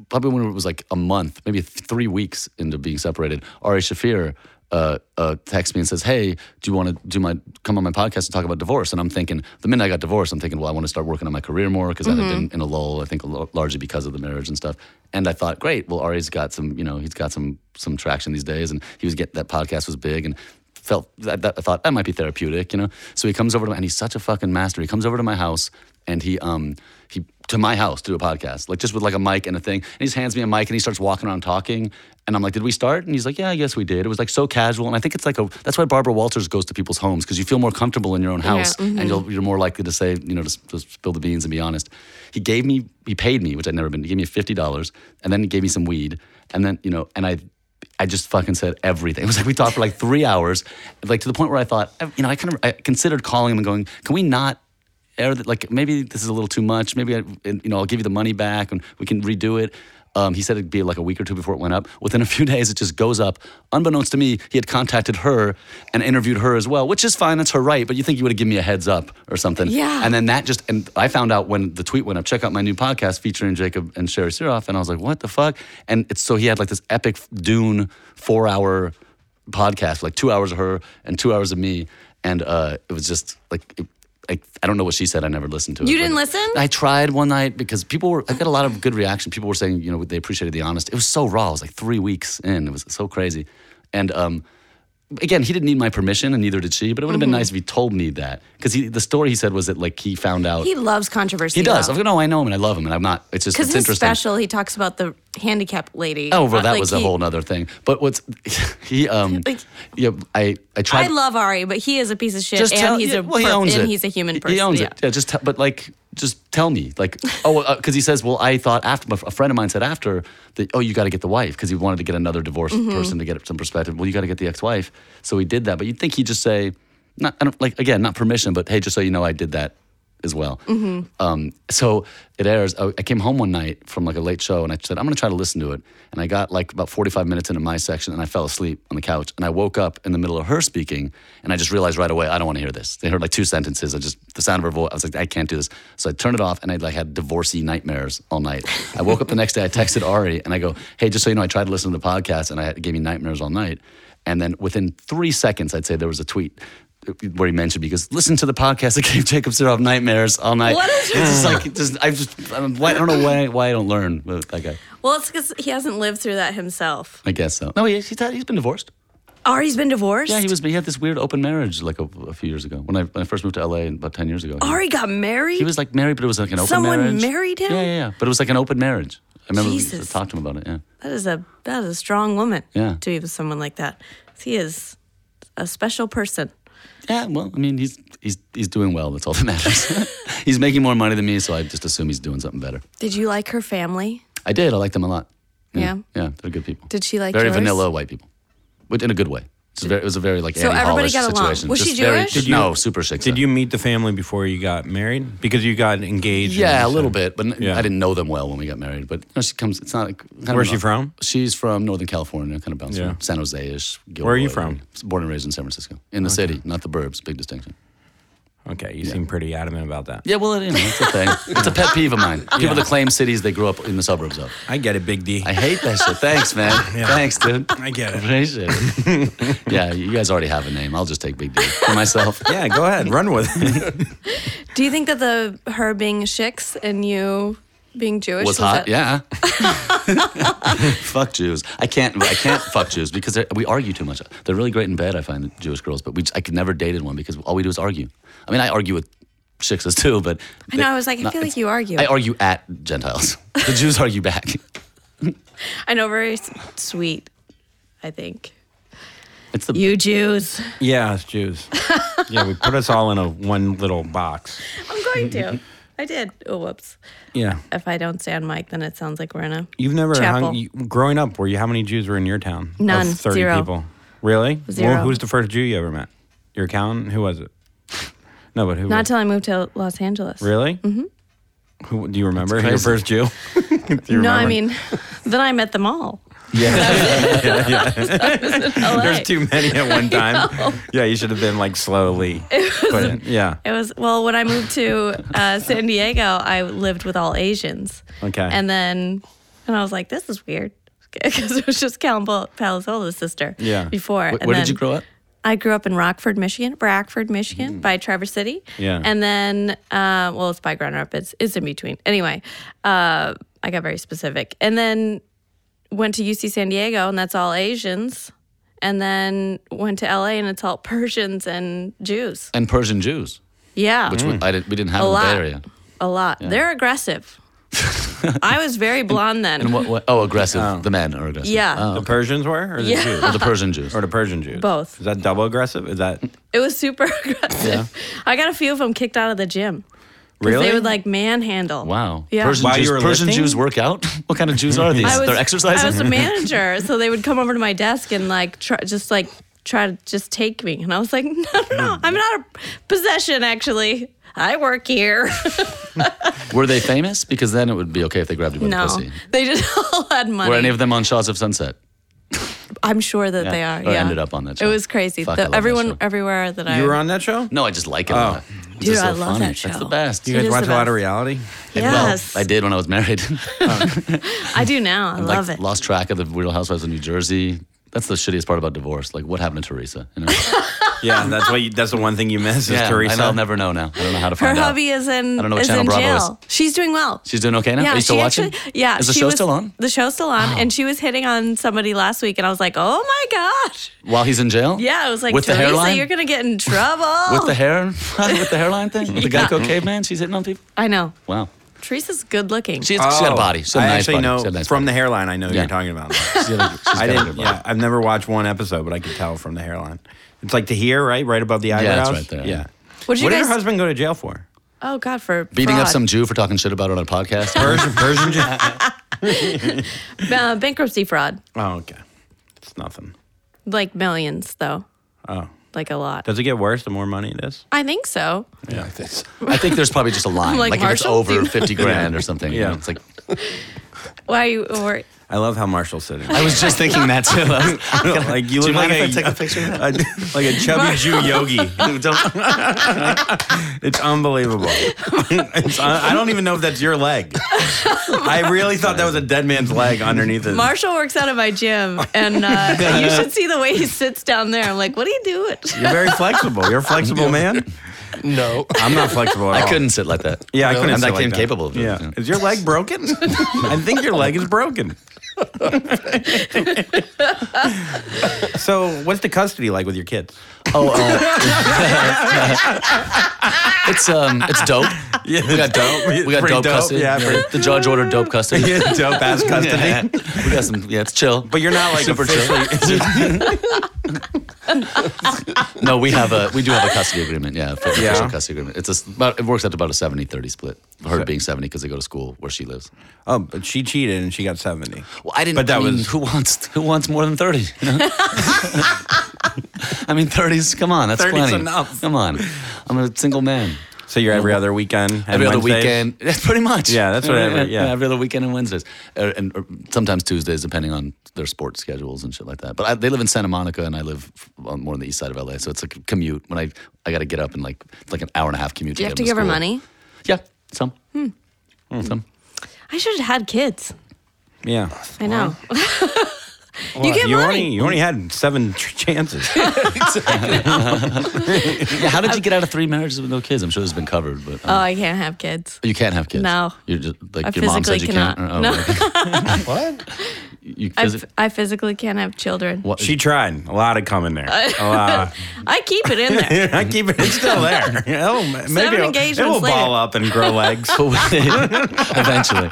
E: probably when it was like a month, maybe th- three weeks into being separated, Ari Shafir. Uh, uh, texts me and says, "Hey, do you want to do my come on my podcast and talk about divorce?" And I'm thinking, the minute I got divorced, I'm thinking, well, I want to start working on my career more because I had been in a lull. I think l- largely because of the marriage and stuff. And I thought, great, well, Ari's got some, you know, he's got some some traction these days, and he was getting that podcast was big, and felt that, that I thought that might be therapeutic, you know. So he comes over to my, and he's such a fucking master. He comes over to my house and he um he to my house to do a podcast, like just with like a mic and a thing. And he just hands me a mic and he starts walking around talking. And I'm like, did we start? And he's like, yeah, I guess we did. It was like so casual. And I think it's like a that's why Barbara Walters goes to people's homes because you feel more comfortable in your own house and you'll, you're more likely to say, you know, just, just spill the beans and be honest. He gave me, he paid me, which I'd never been. He gave me fifty dollars and then he gave me some weed and then you know and I I just fucking said everything. It was like we talked for like three hours, like to the point where I thought, you know, I kind of I considered calling him and going, can we not air that? Like maybe this is a little too much. Maybe I, and, you know, I'll give you the money back and we can redo it. Um, he said it'd be like a week or two before it went up. Within a few days, it just goes up. Unbeknownst to me, he had contacted her and interviewed her as well, which is fine. That's her right. But you think you would have given me a heads up or something?
B: Yeah.
E: And then that just and I found out when the tweet went up. Check out my new podcast featuring Jacob and Sherry Siroff, and I was like, what the fuck? And it's so he had like this epic Dune four hour podcast, like two hours of her and two hours of me, and uh, it was just like. It, like, I don't know what she said. I never listened to it.
B: You
E: but-
B: didn't listen?
E: I tried one night because people were. I got a lot of good reaction. People were saying, you know, they appreciated the honesty. It was so raw. It was like three weeks in. It was so crazy. And um, again, he didn't need my permission, and neither did she. But it would have been
B: Mm-hmm.
E: nice if he told me that because the story he said was that like he found out.
B: He loves controversy.
E: He does.
B: though.
E: I'm like, no, I know him and I love him and I'm not. It's just
B: Because
E: it's
B: his
E: interesting.
B: special, he talks about the handicapped lady.
E: Oh, well,
B: Uh,
E: that
B: like
E: was a
B: he-
E: whole nother thing. But what's he? Um,
B: Like-
E: yeah, I I tried.
B: I love Ari, but he is a piece of shit, and
E: tell-
B: he's
E: yeah,
B: a
E: well, he
B: per-
E: owns
B: and
E: it.
B: he's a human
E: He-
B: person.
E: He owns
B: yeah.
E: it. Yeah, just tell but like just tell me like oh because he says well I thought after a friend of mine said after that oh you got to get the wife because he wanted to get another divorced
B: Mm-hmm.
E: person to get some perspective. Well, you got to get the ex-wife, so he did that. But you'd think he'd just say not I don't, like again not permission, but hey, just so you know, I did that as well. Um, so it airs. I, I came home one night from like a late show, and I said I'm going to try to listen to it. And I got like about 45 minutes into my section, and I fell asleep on the couch. And I woke up in the middle of her speaking, and I just realized right away I don't want to hear this. They heard like two sentences. I just the sound of her voice. I was like I can't do this. So I turned it off, and I like had divorcee nightmares all night. I woke up the next day. I texted Ari, and I go, Hey, just so you know, I tried to listen to the podcast, and I had, it gave me nightmares all night. And then within three seconds, I'd say there was a tweet where he mentioned because listen to the podcast that gave Jacob Siroff nightmares all night.
B: What is-
E: it's just like just I just I don't, why, I don't know why why I don't learn. But like I,
B: Well, it's because he hasn't lived through that himself.
E: I guess so. No, he, he's had, he's been divorced.
B: Ari's been divorced.
E: Yeah, he was. He had this weird open marriage like a, a few years ago when I when I first moved to LA about ten years ago.
B: Ari got married.
E: he was like married, but it was like an open
B: Someone
E: marriage.
B: married him?
E: Yeah, yeah, yeah. But it was like an open marriage. I remember we
B: Jesus.
E: talked to him about it. Yeah.
B: that is a that is a strong woman.
E: Yeah.
B: To be with someone like that, he is a special person.
E: Yeah, well, I mean, he's he's he's doing well. That's all that matters. he's making more money than me, so I just assume he's doing something better.
B: Did you like her family?
E: I did. I liked them a lot.
B: Yeah?
E: Yeah, they're good people.
B: Did she like
E: very
B: yours?
E: vanilla white people, but in a good way. It's a very, it was a very like
B: So
E: Annie
B: everybody
E: Hallish
B: got along.
E: situation.
B: Was
E: Just
B: she
E: very-
B: Jewish? Did
C: you-
E: no, super sick.
C: Did you meet the family before you got married? Because you got engaged. and
E: Yeah, a
C: so-
E: little bit, but n
C: uh, Yeah.
E: I didn't know them well when we got married. But you know, she comes. It's not. Like, kind of
C: Where's
E: an-
C: she from?
E: She's from Northern California, kind of bouncing
C: Yeah.
E: San Jose ish.
C: Where are you from?
E: Born and raised in San Francisco, in the city, not the burbs. Big distinction.
C: Okay, you seem pretty adamant about that.
E: Yeah, well, you know, it's a thing. it's a pet peeve of mine. People that claim cities they grew up in the suburbs of.
C: I get it, Big D.
E: I hate that shit. Thanks, man. Thanks, dude.
C: I get it.
E: Appreciate it. yeah, you guys already have a name. I'll just take Big D for myself.
C: yeah, go ahead, run with it.
B: Do you think that the her being shix and you being Jewish
E: Was hot,
B: that-
E: yeah. fuck Jews. I can't. I can't fuck Jews because they're- we argue too much. They're really great in bed. I find Jewish girls, but we. I could never dated one because all we do is argue. I mean, I argue with shixes too, but
B: I know. I was like, I feel like you argue.
E: I argue at Gentiles. The Jews argue back.
B: I know, very s- sweet. I think
E: It's the
B: you Jews.
C: yeah, it's Jews. Yeah, we put us all in a one little box.
B: I'm going to. I did. Oh, whoops.
C: Yeah,
B: If I don't stay on mic, then it sounds like we're in a.
C: you've never
B: Chapel.
C: hung. You, growing up, were you how many Jews were in your town? Of
B: None.
C: Thirty
B: Zero.
C: people. Really?
B: Zero.
C: Well, who's the first Jew you ever met? Your accountant? Who was it? No, but who?
B: Not
C: was-
B: until I moved to Los Angeles.
C: really. Mm-hmm. Who do you remember? Your
E: crazy.
C: first Jew?
B: No, I mean, then I met them all.
C: yeah, yeah.
B: LA.
C: There's too many at one time. Yeah, you should have been like slowly. put in. Yeah.
B: It was well when I moved to uh, San Diego, I lived with all Asians.
C: Okay.
B: And then, and I was like, this is weird because it was just Cal Pal- Palazzola's sister.
C: Yeah.
B: Before.
E: where,
B: And
E: where did
B: then
E: you grow up?
B: I grew up in Rockford, Michigan, Rockford,
E: Mm.
B: Michigan, by Traverse City.
C: Yeah.
B: And then, uh, well, it's by Grand Rapids. It's in between. Anyway, uh, I got very specific, and then went to UC San Diego, and that's all Asians. And then went to LA, and it's all Persians and Jews.
E: And Persian Jews,
B: Yeah.
E: which
C: Hmm.
E: we, I didn't, we didn't have
B: A
E: in the Bay
B: lot.
E: Area.
B: A lot. They're aggressive. I was very blonde then.
E: And what, what, oh, aggressive. The men are aggressive.
B: Yeah.
E: Oh,
C: The Persians were, or the
B: Yeah.
C: Jews,
E: or the Persian Jews.
C: or the Persian Jews?
B: Both.
C: Is that double aggressive? Is that
B: It was super aggressive. I got a few of them kicked out of the gym. 'Cause
C: really?
B: They would like manhandle.
E: Wow.
B: Yeah.
E: Persian,
C: While you
E: Jews,
C: were
E: Persian
C: lifting?
E: Jews work out? What kind of Jews are these?
B: I was,
E: They're exercising?
B: I was a manager, so they would come over to my desk and like try, just like try to just take me, and I was like, no, no, no, I'm not a possession. Actually, I work here.
E: Were they famous? Because then it would be okay if they grabbed you by
B: no,
E: the pussy.
B: they just all had money.
E: Were any of them on Shaws of Sunset?
B: I'm sure that they are.
E: Or
B: yeah,
E: Oh, ended up on that
B: It
E: show.
B: was crazy.
E: Fuck,
B: The-
E: I love that
B: everyone,
E: show.
B: everywhere that I
C: you were on that show?
E: No, I just like it. a
C: Oh.
E: lot. It's just
B: Dude, I
E: so
B: love
E: funny.
B: that show.
E: That's the best.
C: You
B: It
C: guys
B: is
C: watch
B: the
C: a lot of
B: best.
C: reality?
B: Yes,
E: Well, I did when I was married.
B: I do now. I love
E: like,
B: it.
E: Lost track of the Real Housewives of New Jersey. That's the shittiest part about divorce. Like, what happened to Teresa? You know?
C: yeah, that's what you, that's the one thing you miss is
E: Yeah,
C: Teresa.
E: and I'll never know now. I don't know how to
B: Her
E: find out.
B: hubby is in
E: I don't know what
B: is
E: channel
B: in
E: Bravo is.
B: jail. She's doing well.
E: She's doing okay now.
B: yeah,
E: Are you still
B: she
E: watching?
B: actually- yeah,
E: Is the
B: she
E: show
B: was-
E: still on
B: The show's still on, and she was hitting on somebody last week, and I was like, "Oh my gosh!"
E: while he's in jail?
B: Yeah, I was like,
E: with the
B: "Teresa,
E: hairline,
B: you're gonna get in trouble."
E: with the hair, with the hairline thing, with the
B: Yeah.
E: Geico caveman. She's hitting on people.
B: I know.
E: Wow.
B: Teresa's good looking.
E: She's, she had a
C: Oh,
E: body. She had a
C: I
E: nice
C: actually
E: body.
C: know
E: She had a nice
C: from
E: body.
C: the hairline. I know who
E: Yeah.
C: you're talking about.
E: She had a- she's got
C: I
E: a good
C: didn't.
E: body.
C: Yeah, I've never watched one episode, but I could tell from the hairline. It's like to here, right, right above the
E: it's
C: eyebrows.
E: right there.
C: Yeah.
B: What'd you
C: what did
B: guys-
C: her husband go to jail for?
B: oh God, for
E: Beating up
B: fraud.
E: some Jew for talking shit about her on a podcast.
C: Persian, Persian jail.
B: uh, bankruptcy fraud,
C: Oh, okay. It's nothing.
B: like millions though. Oh, like a lot.
C: Does it get worse the more money it is?
B: I think so.
E: Yeah, I think, so. I think there's probably just a line,
B: Like
E: like, if it's
B: Marshall,
E: over
B: dude.
E: fifty grand or something. you
C: Yeah.
E: know, it's like
B: Why you or
C: I love how Marshall's sitting.
E: I was just thinking that too. I was-
C: like you look
E: Do you mind
C: like
E: if I
C: a,
E: take a picture of that?
C: a- like a chubby Jew yogi.
E: Don't-
C: It's unbelievable. It's un- I don't even know if that's your leg. I really thought that was a dead man's leg underneath it.
B: Marshall works out at my gym, and uh, you should see the way he sits down there. I'm like, what are you doing?
C: You're very flexible. You're a flexible man.
D: No.
C: I'm not flexible at
E: I
C: all.
E: couldn't sit like that.
C: Yeah, I couldn't.
E: I'm
C: sit
E: like
C: like that.
E: incapable of it.
C: Yeah. Is your leg broken? I think your leg is broken. so, what's the custody like with your kids?
E: Oh, uh, it's um, it's dope.
C: Yeah,
E: we got dope. We got
C: oh. Pretty
E: dope,
C: dope,
E: custody.
C: yeah, pretty-
E: the judge ordered dope custody.
C: dope ass custody.
E: Yeah. we got some. Yeah, it's chill.
C: But you're not like
E: Super chill.
C: officially.
E: no, we have a we do have a custody agreement. Yeah, for the
C: Yeah.
E: official custody agreement. It's a, s- about it works out to about a 70-30 split. Her being seventy because they go to school where she lives.
C: oh, but she cheated and she got seventy.
E: Well, I didn't.
C: But that
E: I mean,
C: was-
E: who wants who wants more than thirty. You know? I mean, thirties. Come on, that's
C: 30's
E: plenty.
C: enough.
E: Come on, I'm a single man.
C: So you're every other weekend. and
E: Every other
C: Wednesdays?
E: weekend, that's pretty much.
C: Yeah, that's what I- yeah.
E: every other weekend and Wednesdays, Uh, and or sometimes Tuesdays, depending on their sports schedules and shit like that. But I, they live in Santa Monica, and I live on more on the east side of LA, so it's a commute. When I I got to get up and like it's like an hour and a half commute.
B: Do you have
E: get
B: to
E: them
B: give her
E: school.
B: money? Hmm.
E: Yeah, some, Hmm. some.
B: I should have had kids.
C: Yeah.
B: I know. you get
C: you
B: money.
C: only you only had seven tr- chances.
E: Yeah, how did you get out of three marriages with no kids? I'm sure this has been covered, but. uh,
B: Oh, I can't have kids.
E: You can't have kids.
B: No.
E: You're just like
B: I
E: your mom said you
B: physically
E: can't.
B: cannot.
E: or-
B: No.
E: okay.
D: What?
E: you
B: I,
E: physi-
B: f- I physically can't have children.
E: what-
C: she tried. A lot of coming there. A lot.
B: I keep it in there.
C: I keep it. It's still there. It'll, maybe it'll-
B: engagements
C: it will ball
B: later.
C: up and grow legs.
E: eventually.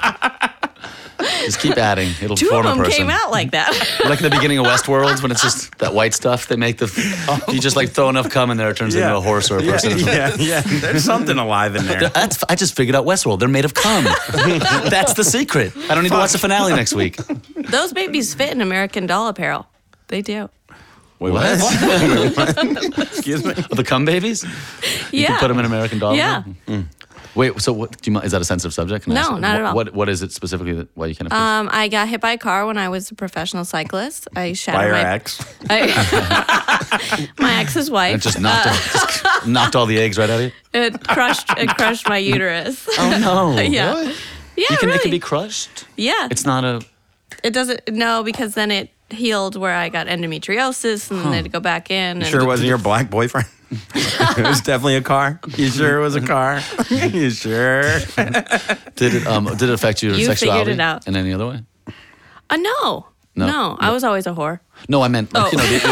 E: just keep adding. It'll
B: Two of
E: form a
B: them
E: person.
B: came out like that.
E: Like the beginning of Westworld when it's just that white stuff they make the. If you just like throw enough cum in there, it turns into a horse or a person.
C: Yeah, yeah, yeah. There's something alive in there.
E: That's, I just figured out Westworld. They're made of cum. That's the secret. I don't need to watch the finale next week.
B: Those babies fit in American doll apparel. They do.
C: Wait,
E: What?
C: Excuse me.
E: The cum babies?
B: yeah.
E: You can put them in American Doll.
B: Yeah.
E: Wait. So what? Do you mind, is that a sensitive subject? Can I
B: No,
E: ask-
B: not at
E: what-
B: all.
E: What What is it specifically that why you can't? Have kids?
B: Um, I got hit by a car when I was a professional cyclist. I
C: By
B: shattered
C: her
B: my
C: ex.
B: I- my ex's wife.
E: It just knocked, all,
B: uh,
E: just knocked all the eggs right out of you.
B: It crushed. It crushed my uterus.
E: Oh no!
B: yeah. Yeah,
E: You can,
B: really.
E: It can be crushed.
B: yeah,
E: It's not a.
B: it doesn't. No, because then it healed where I got endometriosis, and then they'd go back in. And
C: Sure it wasn't your black boyfriend. it was definitely a car. You sure it was a car? you sure?
E: Did it? Um, did it affect your
B: You figured
E: sexuality
B: it out.
E: in any other way?
B: Uh, no, no,
E: No.
B: I was always a whore.
E: No, I meant like, you
B: Oh.
E: know the,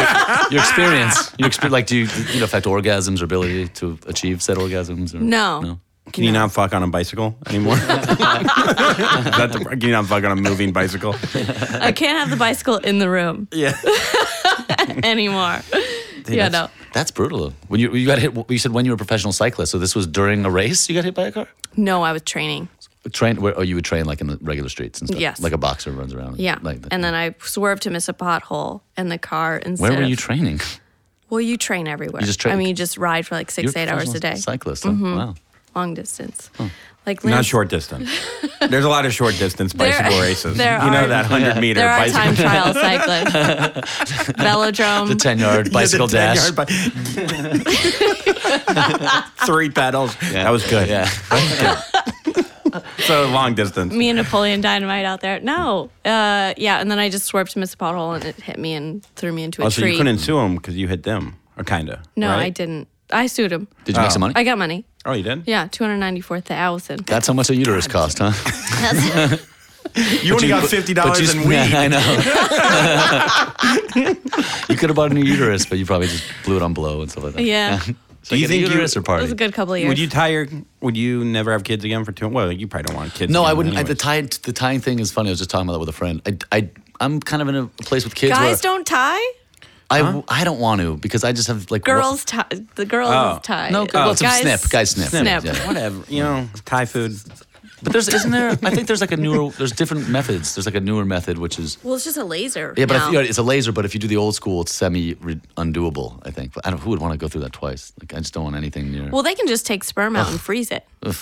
E: your, your experience. Your experience, like, do you, you know, affect orgasms or ability to achieve said orgasms? Or,
B: No.
C: Can you not fuck on a bicycle anymore? Is that the- can you not fuck on a moving bicycle?
B: I can't have the bicycle in the room
C: Yeah.
B: anymore. yeah, no.
E: That's brutal. When you you got hit, you said when you were a professional cyclist. So this was during a race. You got hit by a car.
B: No, I was training.
E: Train where? Oh, you would train like in the regular streets and stuff.
B: Yes.
E: Like a boxer runs around.
B: Yeah.
E: Like that.
B: and then I swerved to miss a pothole in the car instead
E: Where were
B: of-
E: you training?
B: Well, you train everywhere.
E: You just train-
B: I mean, you just ride for like
E: You're
B: six,
E: a
B: eight hours a
E: professional
B: day, Mm-hmm.
E: Cyclist. huh? Wow.
B: long distance. Like
C: Not
B: Lance-
C: short distance. There's a lot of short distance
B: There-
C: bicycle races.
B: there
C: you know
B: are-
C: that 100 meter
B: There are
C: bicycle.
B: time trial cyclists, velodrome.
E: The ten yard bicycle dash.
C: Three pedals. That was good.
E: Yeah.
C: So long distance.
B: me and Napoleon Dynamite out there. No, uh, yeah, and then I just swerved to miss a pothole and it hit me and threw me into a
C: Also,
E: Oh,
B: tree.
C: you couldn't sue them because you hit them. or kinda.
B: No,
C: right?
B: I didn't. I sued him.
E: Did you make some money?
B: I got money.
C: Oh, you did.
B: Yeah, two hundred ninety-four thousand.
E: That's how much a uterus cost, huh?
C: You only got fifty dollars in weed.
E: Yeah, I know. you could have bought a new uterus, but you probably just blew it on blow and stuff like that.
B: Yeah.
E: So
C: Do you
E: you think
C: think you-
E: uterus or
B: It
E: party?
B: was a good couple of years.
C: Would you tie your? Would you never have kids again for two? Well, you probably don't want kids.
E: No,
C: again
E: I wouldn't. I, the
C: anyways.
E: tie, the tying thing is funny. I was just talking about that with a friend. I, I, I'm kind of in a place with kids where
B: Guys don't tie.
E: I, I don't want to because I just have like ro-
B: Girls tie. The girls
C: Oh.
B: tie.
E: No,
B: It-
E: well, it's a
B: guys-
E: snip. Guys snip.
B: Snip.
E: Yeah.
C: Whatever. You know, Thai food.
E: But there's isn't there? I think there's like a newer. There's different methods. There's like a newer method which is.
B: Well, it's just a laser.
E: Yeah, but I
B: now.
E: think, it's a laser. But if you do the old school, it's semi re- undoable. I think. But I don't. Who would want to go through that twice? Like I just don't want anything near.
B: well, they can just take sperm out and freeze it.
E: yeah,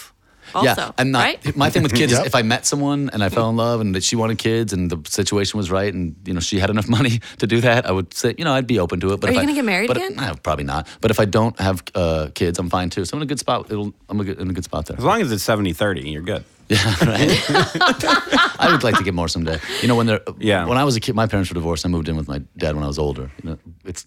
B: Also,
E: I'm not.
B: right?
E: My thing with kids
D: Yep.
E: is if I met someone and I fell in love and that she wanted kids and the situation was right and you know she had enough money to do that, I would say you know I'd be open to it. But
B: Are
E: if
B: you
E: I-
B: gonna get married
E: but-
B: again?
E: no, probably not. But if I don't have uh, kids, I'm fine too. So I'm in a good spot. It'll, I'm a good, in a good spot there.
C: As long as it's 70-30, you're good.
E: I would like to get more someday. You know, when they're
C: Yeah.
E: When I was a kid, my parents were divorced. I moved in with my dad when I was older. You know, it's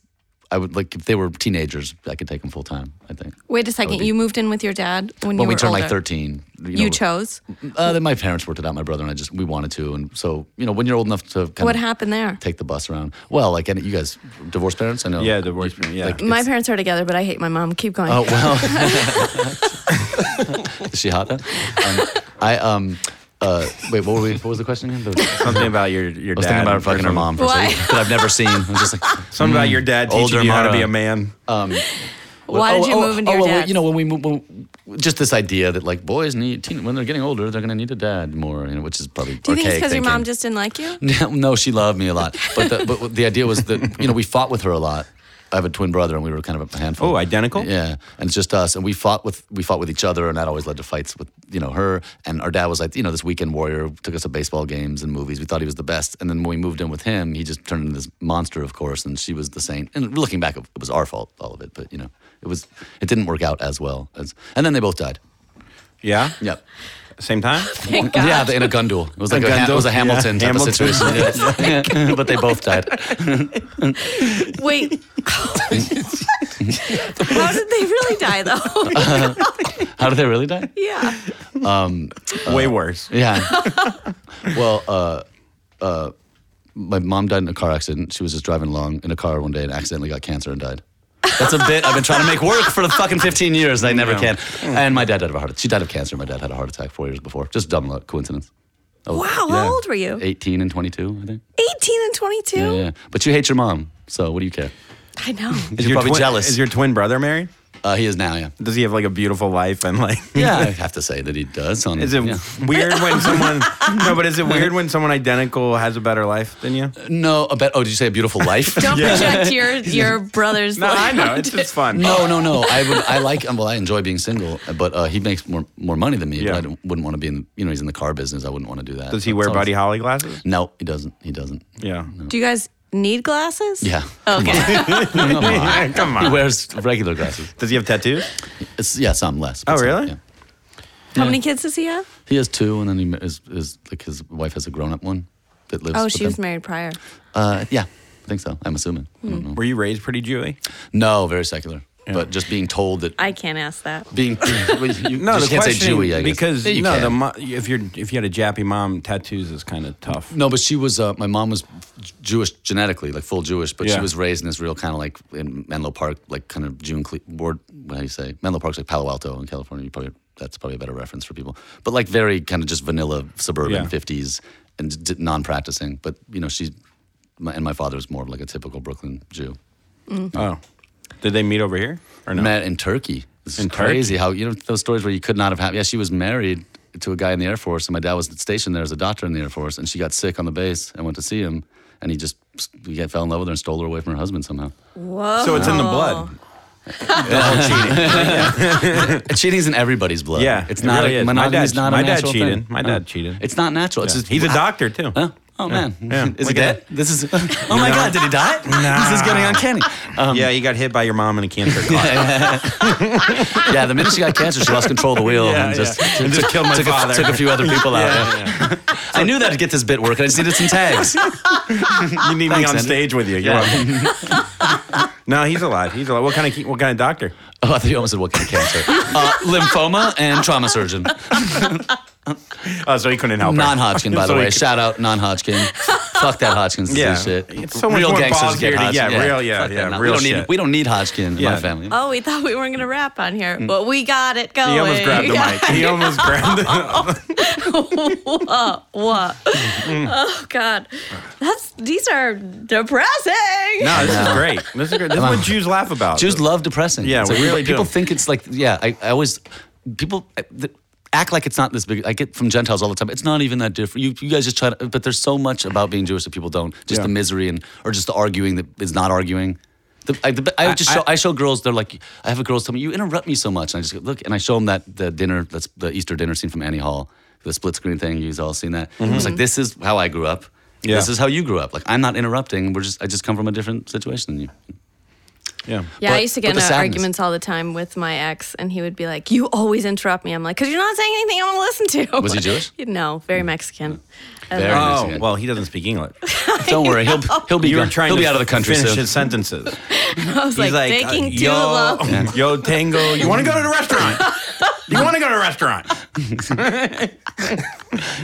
E: I would like if they were teenagers, I could take them full time. I think.
B: Wait a second. You moved in with your dad when, you
E: When
B: were
E: we turned like
B: older.
E: 13,
B: You,
E: know,
B: chose.
E: Uh, then my parents worked it out. My brother and I just we wanted to, and so you know when you're old enough to kind
B: What
E: of
B: happened there?
E: take the bus around. Well, like and you guys, divorced parents. I know.
C: Yeah, divorced. Yeah.
E: Like-
B: My
E: it's-
B: parents are together, but I hate my mom. Keep going.
E: Oh well. Is she hot? Then? Um, I um. Uh, wait, what, were we, what was the question again? The-
C: something about your your
E: I was
C: dad.
E: thinking about fucking her
C: or
E: mom for a
B: Why?
E: second that I've never seen. I was just like,
C: Something about your dad teaching
E: Older
C: you how to
E: mama.
C: be a man.
B: Why
E: oh,
B: did you move into your
E: well,
B: dad's?
E: You know, when we move, when, just this idea that like boys need teen, when they're getting older, they're going to need a dad more, you know, which is probably.
B: Do you think it's
E: archaic
B: because your
E: thinking.
B: mom just didn't like you?
E: no, she loved me a lot, but the, but the idea was that you know we fought with her a lot. I have a twin brother, and we were kind of a handful.
C: Oh, identical?
E: Yeah, and it's just us, and we fought with we fought with each other, and that always led to fights with you know her. And our dad was like you know this weekend warrior, took us to baseball games and movies. We thought he was the best, and then when we moved in with him, he just turned into this monster, of course, and she was the saint. And looking back, it was our fault, all of it, but you know it was it didn't work out as well as. And then they both died.
C: Yeah.
E: Yep.
C: Same time.
B: Thank God.
E: Yeah, in a gun duel. It was like a,
C: gun
E: ha- it was a
C: duel? Yeah.
E: Hamilton type
C: Hamilton.
E: of situation. Yeah. but they both died.
B: Wait. How did they really die though?
E: How did they really die?
B: yeah.
C: Way worse.
E: Yeah. well, uh, uh, my mom died in a car accident. She was just driving along in a car one day and accidentally got cancer and died. That's a bit I've been trying to make work for the fucking 15 years and I never
C: Yeah. Mm.
E: can. And my dad died of a heart attack. She died of cancer. My dad had a heart attack four years before. Just dumb luck, coincidence. Oh,
B: Wow, how old were you?
E: 18 and 22, I think.
B: 18 and 22?
E: Yeah, yeah. But you hate your mom, so what do you care?
B: I know.
C: Is
E: You're
C: your
E: probably
C: twin-
E: jealous.
C: Is your twin brother married?
E: Uh, he is now, yeah.
C: Does he have like a beautiful life and like?
E: Yeah, I have to say that he does. On,
C: Is it
E: yeah.
C: weird when someone? No, but is it weird when someone identical has a better life than you?
E: No, a bet. Oh, did you say a beautiful life?
B: Don't project your your brother's
C: No, I
B: life
C: know.
B: onto-
C: It's just fun.
E: No, no, no. I would, I like. Well, I enjoy being single, but uh, he makes more more money than me.
C: Yeah.
E: But I don't- wouldn't want to be in. You know, he's in the car business. I wouldn't want to do that.
C: Does he
E: So
C: wear
E: it's
C: Buddy Holly
E: always-
C: glasses?
E: No, he doesn't. He doesn't.
C: Yeah.
B: Do you guys need glasses?
E: Yeah.
B: Oh, Okay.
E: Come on.
C: Come
E: He
C: on.
E: wears regular glasses.
C: Does he have tattoos?
E: It's, yeah, some less. but
C: Oh,
E: some,
C: really?
E: yeah.
B: How many kids does he have?
E: He has two, and then he ma- is, is like his wife has a grown up one that lives.
B: Oh,
E: with
B: she
E: them.
B: was married prior.
E: Uh, yeah, I think so. I'm assuming. I
B: Hmm.
E: don't know.
C: Were you raised pretty Jewy?
E: No, very secular. But just being told that
B: I can't ask that.
E: being well, you,
C: No,
E: just
C: the
E: can't say
C: question-
E: Jewy. I guess.
C: because
E: Yeah, you
C: no,
E: can.
C: the mo- if you're if you had a Jappy mom, tattoos is kind of tough.
E: No, but she was. Uh, my mom was Jewish genetically, like full Jewish, but she
C: Yeah.
E: was raised in this real kind of like in Menlo Park, like kind of June Cle- ward. What do you say? Menlo Park's like Palo Alto in California. You probably that's probably a better reference for people, but like very kind of just vanilla
C: Yeah.
E: suburban fifties and d- non-practicing. But you know, she my, and my father was more of like a typical Brooklyn Jew.
C: Oh, did they meet over here or no?
E: Met in Turkey. This is
C: In Turkey?
E: crazy how you know those stories where you could not have happened. Yeah, she was married to a guy in the Air Force, and my dad was stationed there as a doctor in the Air Force, and she got sick on the base and went to see him, and he just he got- fell in love with her and stole her away from her husband somehow.
B: Whoa.
C: So it's in the blood.
E: Cheating's in everybody's blood.
C: Yeah,
E: it's
C: it
E: not.
C: really
E: a,
C: is. My
E: monogamy is
C: dad-
E: not a
C: my dad
E: natural
C: cheated.
E: thing.
C: My
E: No.
C: dad cheated.
E: It's not natural. It's just
C: He's a
E: I-
C: doctor too.
E: Huh? Oh man,
C: Yeah.
E: is he
C: Look at
E: dead? This is. Oh my God, did he die? This is getting uncanny. Um,
C: Yeah, you got hit by your mom in a cancer car.
E: yeah, the minute she got cancer, she lost control of the wheel
C: Yeah,
E: and just,
C: yeah. And just killed my
E: took, a,
C: father.
E: took a few other people out. yeah.
C: Yeah, yeah.
E: I knew that to get this bit working. I just needed some tags.
C: You need
E: Thanks,
C: me on
E: Andy.
C: stage with you. You're
E: Yeah.
C: welcome. no, he's alive. He's alive. What kind of what kind of doctor?
E: Oh, I thought you almost said what kind of cancer? Uh, lymphoma and trauma surgeon.
C: Oh, so he couldn't help. her.
E: Non-Hodgkin, by the
C: So he
E: way.
C: could-
E: Shout out non-Hodgkin. Fuck that Hodgkin's disease
C: Yeah.
E: shit.
C: It's so much more balls here to- yeah, real- yeah,
E: Fuck that.
C: yeah,
E: No,
C: real
E: we don't Need,
C: shit.
E: we don't need Hodgkin in my
C: Yeah.
E: family.
B: Oh, we thought we weren't going to rap on here, but we got it going.
C: He almost grabbed the mic. He almost grabbed the.
B: Whoa, whoa. oh, God. That's, these are depressing.
C: No, this is
E: No.
C: great. This is great. This is what Jews laugh about.
E: Jews love depressing.
C: Yeah,
E: It's
C: we
E: like-
C: really do.
E: People think it's like, yeah, I, I always, people I- th- act like it's not this big. I get from Gentiles all the time, it's not even that different. You, you guys just try to, but there's so much about being Jewish that people don't. Just
C: Yeah.
E: the misery and, or just the arguing that is not arguing. The, I, the, I just show, I, show girls they're like I have a girls tell me you interrupt me so much and I just go look and I show them that the dinner that's the Easter dinner scene from Annie Hall the split screen thing you've all seen that It's like this is how I grew up
C: Mm-hmm. Yeah.
E: this is how you grew up like I'm not interrupting we're just I just come from a different situation than you
C: Yeah.
B: Yeah, I
E: But-
B: used to
E: but
B: get
E: the
B: into
E: sadness.
B: arguments all the time with my ex, and he would be like, "You always interrupt me." I'm like, "Cause you're not saying anything I want to listen to."
E: Was he Jewish?
B: no, very Mexican. And
E: Very
B: then-
E: Mexican.
C: Oh well, he doesn't speak English.
E: Don't worry, he'll he'll be
C: You were
E: gone.
C: trying
E: he'll
C: to
E: be out of the country
C: finish
E: soon.
C: his sentences.
B: I was like, taking
C: uh,
B: too long.
C: yo, tango. You want to go to the restaurant? you want to go to the restaurant?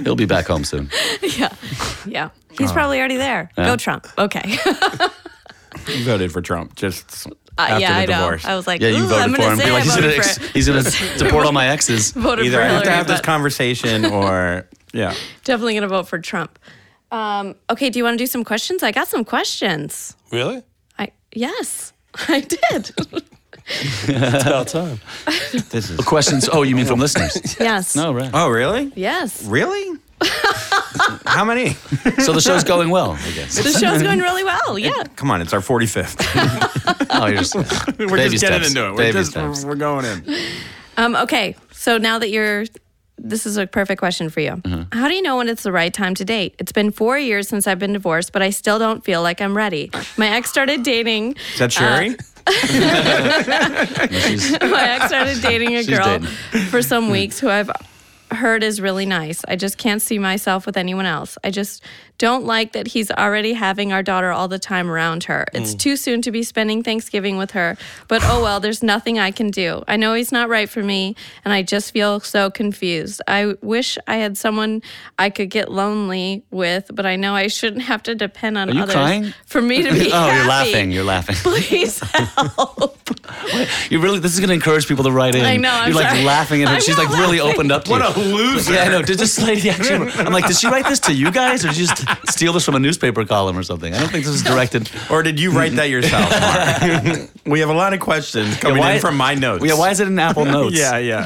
E: He'll be back home soon.
B: yeah, yeah.
E: Oh.
B: He's probably already there. Go Trump. Okay.
C: You voted for Trump just
B: Uh,
C: after
B: yeah,
C: the
B: I know.
C: divorce.
B: I was like,
E: Yeah, you
B: "Ooh,
E: voted
B: I'm
E: for
B: gonna
E: him.
B: say
E: Be like,
B: I
E: he's,
B: voted
E: gonna ex-
B: for
E: he's gonna support all my exes.
B: voted
C: Either
B: for
C: I have
B: Hillary,
C: to have this
B: but
C: conversation, or yeah.
B: definitely gonna vote for Trump. Um, okay, do you want to do some questions? I got some questions.
D: Really?
B: I yes, I did.
D: It's about time.
C: This is.
E: Questions? Oh, you mean from listeners?
B: yes.
E: No, right.
C: Oh really?
B: Yes.
C: Really? How many?
E: So the show's going well, I guess.
B: The show's going really well. Yeah.
C: Come on, it's our 45th.
E: Oh, you're just,
C: We're
E: baby
C: just getting
E: steps.
C: into it. We're
E: Baby
C: just
E: steps.
C: we're going in.
B: Um, okay, so now that you're, this is a perfect question for you.
E: Uh-huh.
B: How do you know when it's the right time to date? It's been four years since I've been divorced, but I still don't feel like I'm ready. My ex started dating.
C: Is that Sherry?
E: She's-
B: My ex started dating a
E: She's
B: girl
E: dating.
B: for some weeks who I've heard is really nice. I just can't see myself with anyone else. I just don't like that he's already having our daughter all the time around her.
E: Mm.
B: It's too soon to be spending Thanksgiving with her, but oh well, there's nothing I can do. I know he's not right for me, and I just feel so confused. I wish I had someone I could get lonely with, but I know I shouldn't have to depend on
E: Are you
B: others
E: crying?
B: for me to
E: oh,
B: be
E: you're
B: happy.
E: laughing. You're laughing.
B: Please help.
E: You really. This is gonna encourage people to write in.
B: I know, I'm
E: You're like
B: sorry.
E: laughing at her.
B: I'm
E: She's
B: not
E: like really opened
B: Uh,
E: up to you.
C: What a loser.
E: Yeah, I know. Did this lady actually? I'm like, did she write this to you guys, or did you just steal this from a newspaper column or something? I don't think this is directed.
C: Or did you write that yourself? Mark? we have a lot of questions coming
E: why-
C: in from my notes.
E: Yeah, why is it in Apple Notes?
C: Yeah, yeah.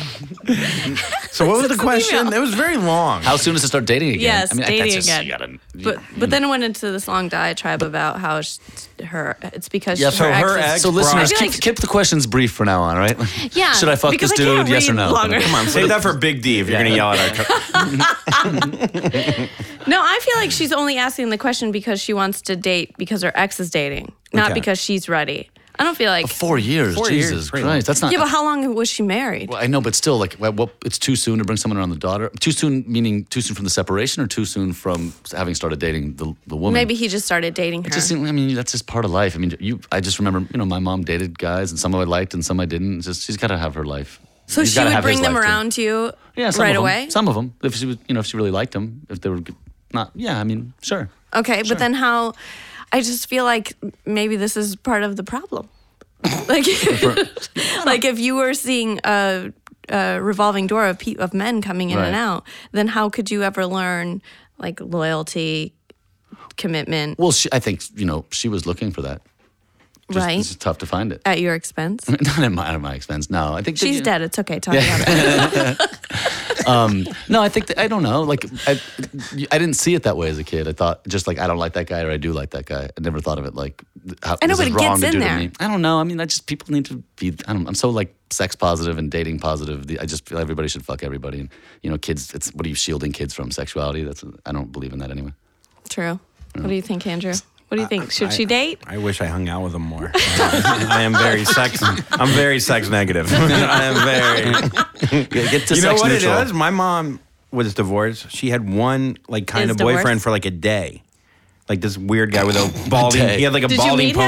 C: so what was the question? It was very long.
E: How soon does it start dating again?
B: Yes,
E: I that's
B: dating
E: just-
B: again.
E: You gotta,
B: But but then it went into this long diatribe about how sh her it's because
E: Yeah,
B: she,
E: so
B: her,
C: her
B: ex,
C: ex-
E: so
C: brought-
E: listeners,
B: I feel
E: keep,
B: like-
E: keep the questions brief for now on, right?
B: Yeah,
E: Should I fuck
B: because
E: this
B: I can't
E: dude? Yes or
B: read
E: no?
B: longer.
E: Come on.
C: Save that for Big D if you're going to yell at our. Co-
B: is, no, I feel like she's only asking the question because she wants to date because her ex is dating, not
C: Okay.
B: because she's ready. I don't feel like
E: Four years.
C: Four years,
E: Jesus
C: pretty
E: Christ.
C: long.
E: That's not.
B: yeah, but how long was she married?
E: I know, but still, like, well, well, it's too soon to bring someone around the daughter. Too soon, meaning too soon from the separation, or too soon from having started dating the, the woman.
B: Maybe he just started dating her.
E: It just seemed, I mean, that's just part of life. I mean, you. I just remember, you know, my mom dated guys, and some I liked, and some I didn't. It's just she's got to have her life.
B: so
E: He's
B: she
E: gotta
B: would
E: have his
B: bring them
E: life, too.
B: around to you
E: Yeah, some
B: right
E: of 'em.
B: away.
E: Some of them, if she was, you know, if she really liked them, if they were good- not, yeah, I mean, sure.
B: okay, but then how? I just feel like maybe this is part of the problem. like, like if you were seeing a, a revolving door of pe- of men coming in
E: Right.
B: and out, then how could you ever learn like loyalty, commitment,
E: Well, she, I think you know she was looking for that. Just,
B: right?
E: It's just tough to find it.
B: At your expense.
E: Not at my, at my expense. No, I think that,
B: She's
E: you-
B: dead. It's okay. Talk about it.
E: No, I think that, I don't know. Like I, I didn't see it that way as a kid. I thought just like I don't like that guy or I do like that guy. I never thought of it like how,
B: I know,
E: this
B: but
E: is
B: it
E: wrong
B: gets
E: to
B: in
E: do
B: there.
E: to me. I don't know. I mean, I just people need to be. I don't, I'm so like sex positive and dating positive. The- I just feel everybody should fuck everybody. And you know, kids. It's what are you shielding kids from sexuality? That's I don't believe in that anyway.
B: True. What do you think, Andrew? What do you think? Should she date?
C: I wish I hung out with him more. I am very sex. I'm very sex negative. I am very.
E: Yeah, get to
C: you know
E: sex
C: what
E: neutral.
C: it is? My mom was divorced. She had one like kind
B: Is
C: of
B: divorced?
C: boyfriend for like a day. Like this weird guy with a balding,
E: day.
C: he had like a
B: Did you
C: balding
B: meet him?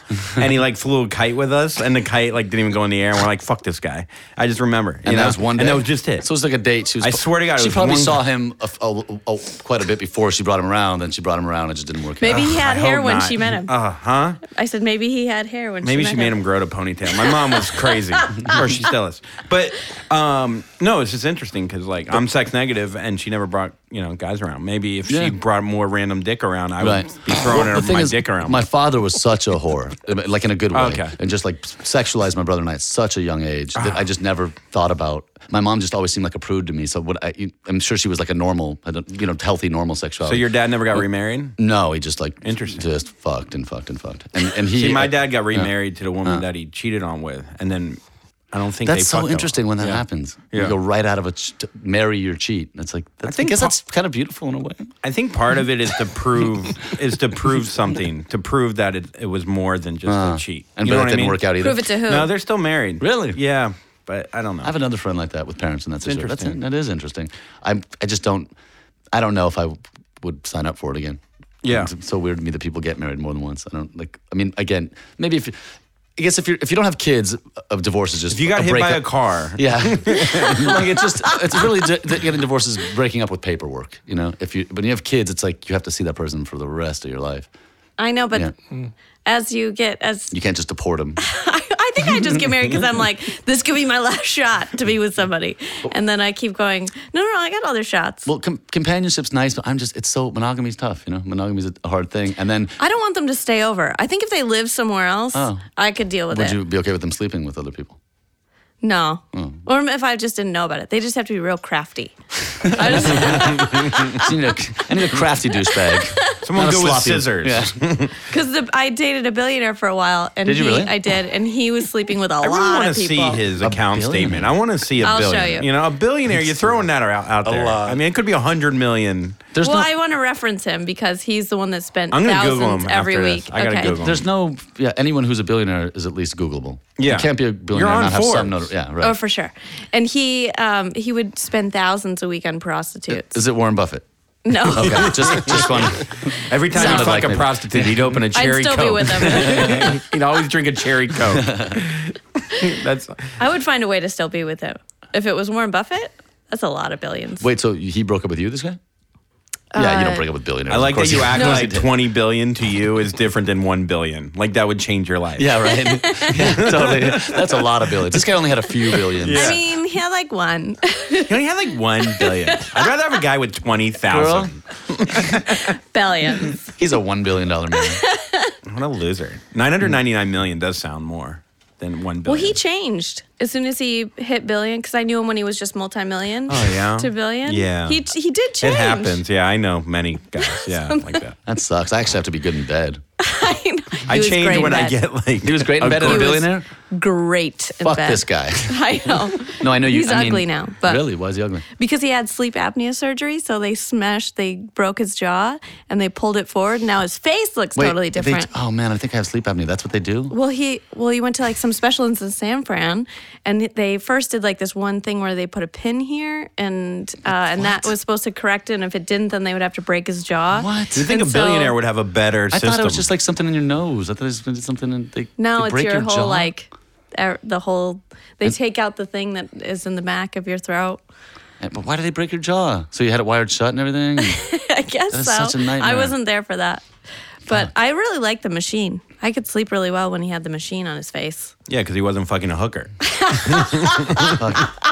C: ponytail, and he like flew a kite with us, and the kite like didn't even go in the air, and we're like, "Fuck this guy." I just remember, you
E: And
C: know?
E: that was one day.
C: and that was just it.
E: So it was like a date. She was,
C: I swear to God, it
E: she
C: was
E: probably
C: one-
E: saw him a, a, a, quite a bit before she brought him around. Then she brought him around. It just didn't work. out.
B: Maybe he had
C: I
B: hair
C: hope
B: when
C: not.
B: she met him.
C: Uh huh.
B: I said maybe he had hair when
C: Maybe
B: she met
C: she made
B: him.
C: him grow to ponytail. My mom was crazy, or she still is. But um, no, it's just interesting because like I'm sex negative, and she never brought you know guys around. Maybe if
E: Yeah.
C: she brought more random dick around, I
E: Right.
C: would be throwing
E: Well,
C: her
E: the thing
C: my
E: is,
C: dick around.
E: My father was such a whore, like in a good way,
C: Okay.
E: and just like sexualized my brother and I at such a young age that I just never thought about. My mom just always seemed like a prude to me, so what I, I'm sure she was like a normal, had a, you know, healthy, normal
C: so
E: sexuality.
C: your dad never got remarried.
E: no, he just like
C: Interesting.
E: just fucked and fucked and fucked, and and he.
C: See, my dad got remarried to the woman that he cheated on with, and then I don't think they
E: Uh. That's so
C: fucked, though.
E: interesting when that
C: Yeah.
E: happens. You
C: Yeah.
E: go right out of a ch- to marry or cheat. It's like that's, I,
C: think
E: guess
C: pa-
E: that's kind of beautiful in a way.
C: I think part of it is to prove is to prove something to prove that it, it was more than just a cheat.
E: Uh. And
C: you know
E: but it
C: what
E: didn't
C: I mean?
E: work out either.
B: Prove it to who?
C: No, they're still married.
E: Really?
C: Yeah, but I don't know.
E: I have another friend like that with parents in that situation. That's,
C: interesting.
E: that is interesting. I I just don't. I don't know if I would sign up for it again.
C: Yeah.
E: it's so weird to me that people get married more than once. I don't like. I mean, again, maybe if you- I guess if you if you don't have kids, a divorce is just
C: if you got
E: a
C: hit by a
E: breakup.
C: car,
E: Yeah, like it's just it's really ju- that getting divorced is breaking up with paperwork. You know, if you when you have kids, it's like you have to see that person for the rest of your life.
B: I know, but
E: Yeah.
B: as you get as
E: You can't just deport them.
B: I, I think I just get married because I'm like, this could be my last shot to be with somebody, and then I keep going. No, no, no I got other shots.
E: Well, com- companionship's nice, but I'm just it's so monogamy's tough. You know, monogamy's a hard thing. And then
B: I don't want them to stay over. I think if they live somewhere else,
E: Oh.
B: I could deal with
E: would
B: it.
E: you be okay with them sleeping with other people?
B: No,
C: Mm.
B: or if I just didn't know about it, they just have to be real crafty. I just
E: I need a, I need a crafty douchebag.
C: someone
E: Not a
C: go with
E: sloppy-
C: scissors.
E: Yeah.
B: because I dated a billionaire for a while, and
E: Did you
B: he,
E: really?
B: I did, and he was sleeping with a
C: I
B: lot
C: really want
B: of
C: to
B: people.
C: see his account
E: billionaire.
C: statement. I want to see a
B: I'll show
C: billion.
B: you.
C: know, a billionaire. You're throwing that out, out there.
D: lot.
C: I mean, it could be a hundred million.
E: There's
B: well,
E: no,
B: I want to reference him because he's the one that spent
C: I'm gonna
B: thousands
C: Google him
B: every
C: after
B: week.
C: this. I gotta
B: okay.
C: Google him.
E: there's no, yeah. Anyone who's a billionaire is at least Googleable.
C: Yeah.
E: you can't be a billionaire
C: You're on
E: and not have some.
C: Forbes.
E: Notor- yeah, right.
B: Oh, for sure. And he um, he would spend thousands a week on prostitutes.
E: is it Warren Buffett?
B: no,
E: Okay, just just one.
C: Every time
E: Sounded
C: he'd fuck
E: like
C: a
E: maybe.
C: prostitute, he'd open a
B: I'd
C: cherry
B: still
C: coke.
B: be with him.
C: he'd always drink a cherry coke. That's
B: I would find a way to still be with him if it was Warren Buffett. That's a lot of billions.
E: Wait, so he broke up with you, this guy? Yeah, you don't
B: Uh,
E: break up with billionaires.
C: I
E: of
C: like that
E: course
C: you act
B: No.
C: like
E: did.
C: twenty billion to you is different than one billion. Like that would change your life.
E: Yeah, right. Yeah, totally. That's a lot of billions. This guy only had a few billions.
B: I
C: Yeah.
B: mean, he had like one.
C: you only have like one billion. I'd rather have a guy with twenty
E: Girl,
C: thousand.
B: Billions.
E: he's a one billion dollar man.
C: What a loser. Nine hundred ninety nine million does sound more than one billion.
B: Well, he changed as soon as he hit billion because I knew him when he was just multi-million
C: Oh, yeah?
B: to billion.
C: Yeah.
B: He, he did change.
C: It happens. Yeah, I know many guys. Yeah, like that.
E: That sucks. I actually have to be good in bed.
B: I, know. He
C: I
B: was
C: change
B: great
C: when
B: in
C: I
B: bed.
C: get like.
E: He was great in
C: a
E: bed and a
C: good-
B: was-
E: billionaire.
B: great. in
E: Fuck
B: bed.
E: this guy.
B: I know.
E: No, I know you.
B: He's
E: I mean-
B: ugly now, but
E: really, why is he ugly?
B: because he had sleep apnea surgery, so they smashed, they broke his jaw and they pulled it forward. Now his face looks totally
E: they-
B: different.
E: oh man, I think I have sleep apnea. That's what they do.
B: Well, he well he went to like some special in San Fran, and they first did like this one thing where they put a pin here, and uh, and that was supposed to correct it. And if it didn't, then they would have to break his jaw.
E: What?
C: You think a
B: And so-
C: billionaire would have a better
E: I
C: system?
E: thought it was just like something in your nose. I thought it was gonna be something in. They,
B: No,
E: they
B: it's
E: break
B: your,
E: your,
B: whole
E: jaw.
B: like er, the whole. They take out the thing that is in the back of your throat.
E: Eh, But why did they break your jaw? So you had it wired shut and everything.
B: I guess
E: That's
B: so.
E: such a nightmare.
B: I wasn't there for that, but I really liked the machine. I could sleep really well when he had the machine on his face.
C: yeah, because he wasn't fucking a hooker.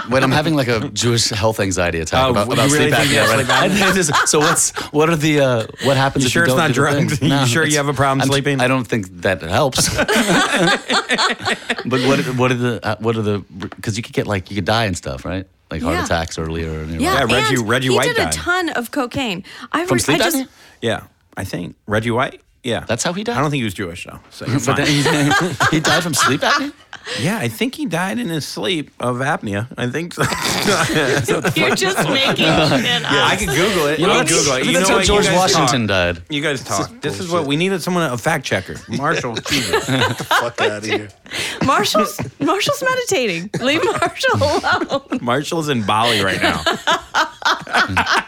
E: Wait, I'm having like a Jewish health anxiety attack
C: Oh,
E: about,
C: you
E: about
C: really
E: sleep
C: think
E: apnea.
C: that's
E: Right? I just- so what's what are the uh, what happens?
C: You
E: if
C: sure
E: you
C: it's
E: don't
C: not
E: do the thing?
C: drugs? You sure you
E: it's-
C: have a problem
E: I'm-
C: sleeping?
E: I don't think that helps. but what what are the uh, what are the because you could get like you could die and stuff, right? Like heart
B: Yeah.
E: attacks earlier. And you're
B: Yeah,
E: like-
C: Yeah, Reggie-
B: and
C: Reggie
B: he
C: White
B: did a
C: died.
B: ton of cocaine. I,
E: From
B: re- I
E: sleep
B: just
E: apnea?
C: Yeah, I think Reggie White. Yeah,
E: That's how he died?
C: I don't think he was Jewish though. So you're fine.
E: But then he, he died from sleep apnea.
C: Yeah, I think he died in his sleep of apnea. I think so.
B: You're just making shit up.
C: I could Google it.
E: You know,
C: I'll
E: that's,
C: Google it. You
E: that's
C: know
E: how
C: what? You
E: George
C: guys
E: Washington
C: talk.
E: died.
C: You guys talk. This is what we needed someone, a fact checker. Marshall, Jesus.
D: Fuck out of here.
B: Marshall's Marshall's meditating. Leave Marshall alone.
C: Marshall's in Bali right now.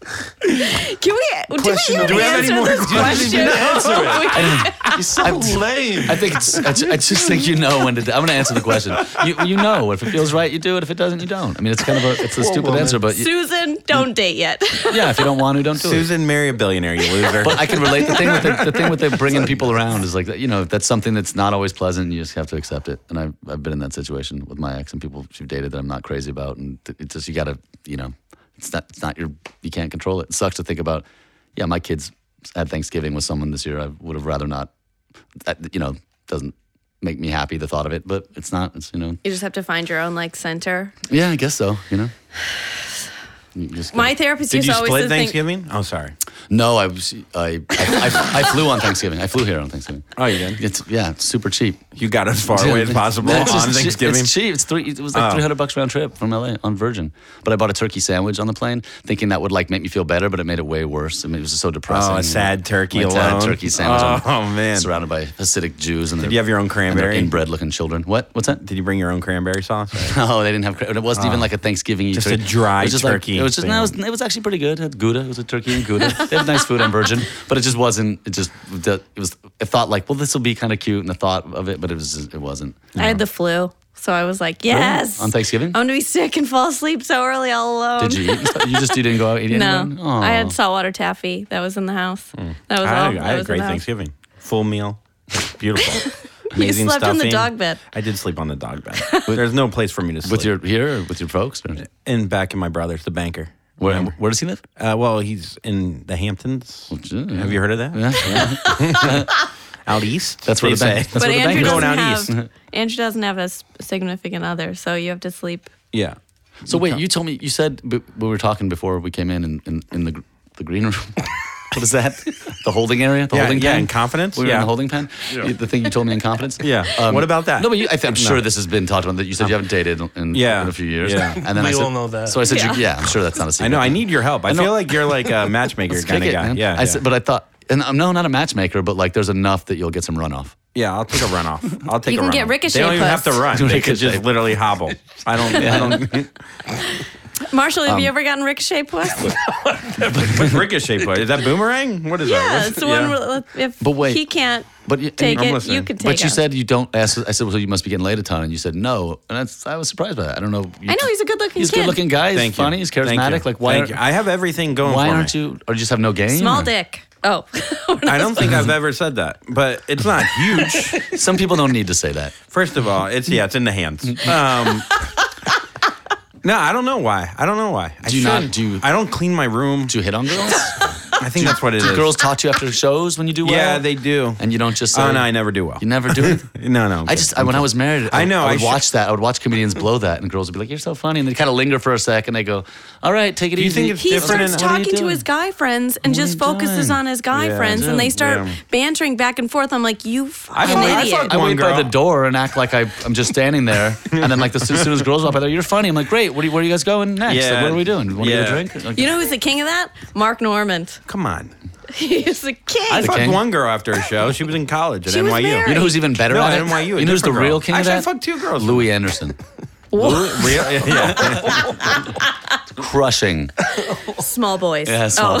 B: Can we? Do
D: Question
B: we,
D: of-
B: even
D: Do we have
B: answer
D: any more
B: this
D: questions?
B: question?
E: He's so lame. I think it's, I, ju- I just think you know when to. I'm going to answer the question. You, you know if it feels right, you do it. If it doesn't, you don't. I mean, it's kind of a it's a stupid
D: woman.
E: answer, but you,
B: Susan, don't date yet.
E: yeah, if you don't want to, don't do it.
C: Susan, marry a billionaire, you loser.
E: But I can relate. The thing with the, the thing with the bringing people around is like that. You know, that's something that's not always pleasant. You just have to accept it. And I've I've been in that situation with my ex and people she've dated that I'm not crazy about. And th- it's just you got to you know, it's not it's not your you can't control it. It sucks to think about. Yeah, my kids had Thanksgiving with someone this year. I would have rather not. That, you know, doesn't make me happy the thought of it. But it's not. It's you know.
B: You just have to find your own like center.
E: Yeah, I guess so. You know. You just
B: My
E: gotta-
B: therapist
C: Did
B: used
C: you
B: to always
C: split
B: to think.
C: Thanksgiving? Oh, sorry.
E: No, I was I, I, I, I flew on Thanksgiving. I flew here on Thanksgiving.
C: Oh, you did?
E: It's yeah, it's super cheap.
C: You got as far away as possible
E: It's just
C: on
E: che-
C: Thanksgiving. Oh.
E: It's cheap. It's three. It was like three hundred bucks round trip from LA on Virgin. But I bought a turkey sandwich on the plane, thinking that would like make me feel better, but it made it way worse. I mean, it was just so depressing.
C: Oh, a sad turkey
E: My
C: alone.
E: Sad turkey sandwich. on-
C: Oh, man.
E: surrounded by Hasidic Jews and
C: Did you have your own cranberry?
E: inbred looking children. What? What's that?
C: Did you bring your own cranberry sauce?
E: No, they didn't have. cra- It wasn't even like a Thanksgiving.
C: Oh. Just a dry
E: it was just like-
C: turkey
E: it was just no, it was,
C: thing.
E: it was actually pretty good. It had gouda. It was a turkey and gouda. they have nice food on Virgin, but it just wasn't. It just it was. I thought like, well, this will be kind of cute, and the thought of it, but it was just, it wasn't.
B: I had the flu, so I was like, yes.
E: Oh, On Thanksgiving,
C: Oh,
B: I'm gonna be sick and fall asleep so early all alone.
E: did you eat? and stuff? You just you didn't go out eating.
B: No,
E: anyone? Aw.
B: I had saltwater taffy that was in the house. That was all.
C: Hmm. I had,
B: that
C: I had
B: was
C: a
B: in
C: great
B: the house.
C: Thanksgiving. Full meal. Beautiful.
B: You
C: Amazing
B: slept on
C: stuffing.
B: the dog bed.
C: I did sleep on the dog bed. There's no place for me to sleep.
E: with your here or with your folks. Or,
C: and back in my brother's, the banker.
E: where,
C: Remember?
E: where does he live?
C: Uh, well, he's in the Hamptons.
E: yeah.
C: Have you heard of that?
E: Yeah, yeah.
C: Out east.
E: That's where
C: they
E: the bank-
C: say.
E: that's
B: But
E: where the
B: Andrew
E: bank is.
B: doesn't,
C: Going out
B: have, Andrew doesn't have a s- significant other, so you have to sleep.
C: Yeah.
E: So wait, you told me you said b- we were talking before we came in in, in, in the gr- the green room. what is that? The holding area? The
C: Yeah,
E: holding
C: yeah,
E: pen?
C: in confidence?
E: We were in
C: Yeah.
E: the holding pen. You- The thing you told me in confidence.
C: Yeah. What about that?
E: Um, No, but you, I th- I'm
C: No. Um,
E: sure this has been talked about. That you said you haven't dated in- in,
C: Yeah.
E: in a few years.
C: Yeah.
E: And then I
D: We
E: said,
D: all know that.
E: So I said, you-
B: Yeah.
E: yeah. I'm sure that's not a secret.
C: I know. I need your help. I,
E: know.
C: feel like you're like a matchmaker
E: Let's
C: kind of
E: kick it,
C: guy.
E: man.
C: Yeah.
E: I
C: yeah.
E: said, but I thought, and I'm no, not a matchmaker, but like there's enough that you'll get some runoff.
C: Yeah, I'll take a runoff. I'll take.
B: You
C: a
B: can get
C: runoff.
B: ricochet
C: They don't even have to
B: puffs.
C: run. They could
E: Ricochet.
C: just literally hobble. I don't. I don't
B: Marshall, have you
C: Um,
B: ever gotten ricochet puss?
C: What's ricochet puss? Is that boomerang? What is
B: yeah,
C: that?
B: it's the one
C: Yeah.
B: where if
E: But wait.
B: he can't
E: But you,
B: take
C: I'm
B: it, you
C: listening.
B: could take
E: but you
B: it.
E: said you don't ask. I said, well, so you must be getting laid a ton, and you said no, and that's, I was surprised by that. I don't know. You,
B: I know, he's a good-looking
E: He's
B: kid.
E: a good-looking guy. He's
C: Thank you.
E: funny. He's
C: Thank you.
E: charismatic. Like why?
C: Thank you. I have everything going.
E: why
C: for
E: aren't
C: me.
E: you? Or you just have no game?
B: small
E: or-
B: dick. Oh,
C: I don't think I've ever said that, but it's not huge.
E: Some people don't need to say that.
C: First of all, it's yeah, it's in the hands. Um, no, I don't know why. I don't know why. I
E: Do you not-
C: should.
E: do you-
C: I don't clean my room.
E: Do you hit on girls?
C: I think that's what it
E: do
C: is.
E: girls taught you after shows when you do well?
C: yeah, they do.
E: And you don't just say,
C: Oh no, I never do well.
E: You never do it.
C: No, no.
E: I just I, when I was married, I,
C: I know,
E: I
C: I
E: would
C: should-
E: watch that. I would watch comedians blow that, and girls would be like, "You're so funny," and they kind of linger for a sec, and they go, "All right, take it
C: you
E: easy."
C: think it's
B: he
C: different in-
B: starts
C: what are you
B: talking to
C: doing?
B: his guy friends and
E: are
B: just
E: you
B: focuses
E: doing?
B: on his guy
C: Yeah,
B: friends, and
C: dude,
B: they start
C: yeah.
B: bantering back and forth. I'm like, you fucking
C: fucked- I
B: idiot.
C: fucked
E: I
C: One
E: wait by
C: girl.
E: the door and act like I, I'm just standing there, and then like as soon as girls walk by, there, you're funny. I'm like, great. What are you, where are you guys going next? Like,
C: Yeah.
E: what are we doing? Want to
C: Yeah.
E: get a drink? Like,
B: you know who's the king of that? Mark Normand.
C: Come on.
B: He's the king.
C: I fucked
E: king?
C: one girl after a show. She was in college at
B: She was
C: NYU.
B: married.
E: You know who's even better
C: No,
E: at it?
C: at NYU, a
E: You know who's the
C: different
E: real
C: girl.
E: king of
C: Actually, I
E: that?
C: fucked two girls.
E: Louis Anderson,
C: Real- yeah.
E: crushing.
B: Small boys.
E: Yeah, small
B: Oh.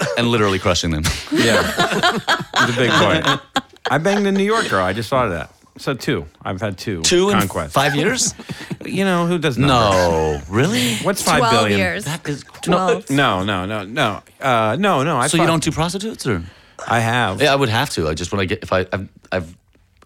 E: boys. and literally crushing them.
C: Yeah. He's a big boy. I banged a New York girl. I just thought of that. So two. I've had two.
E: Two in
C: conquests.
E: five years?
C: You know who does numbers?
E: No, really?
C: What's five
B: 12
C: billion?
B: Oh, years.
E: That is
B: Twelve.
C: No, no, no, no, uh, no, no. I
E: So you
C: fucked-
E: don't do prostitutes, or?
C: I have.
E: Yeah, I would have to. I just when I get if I I've, I've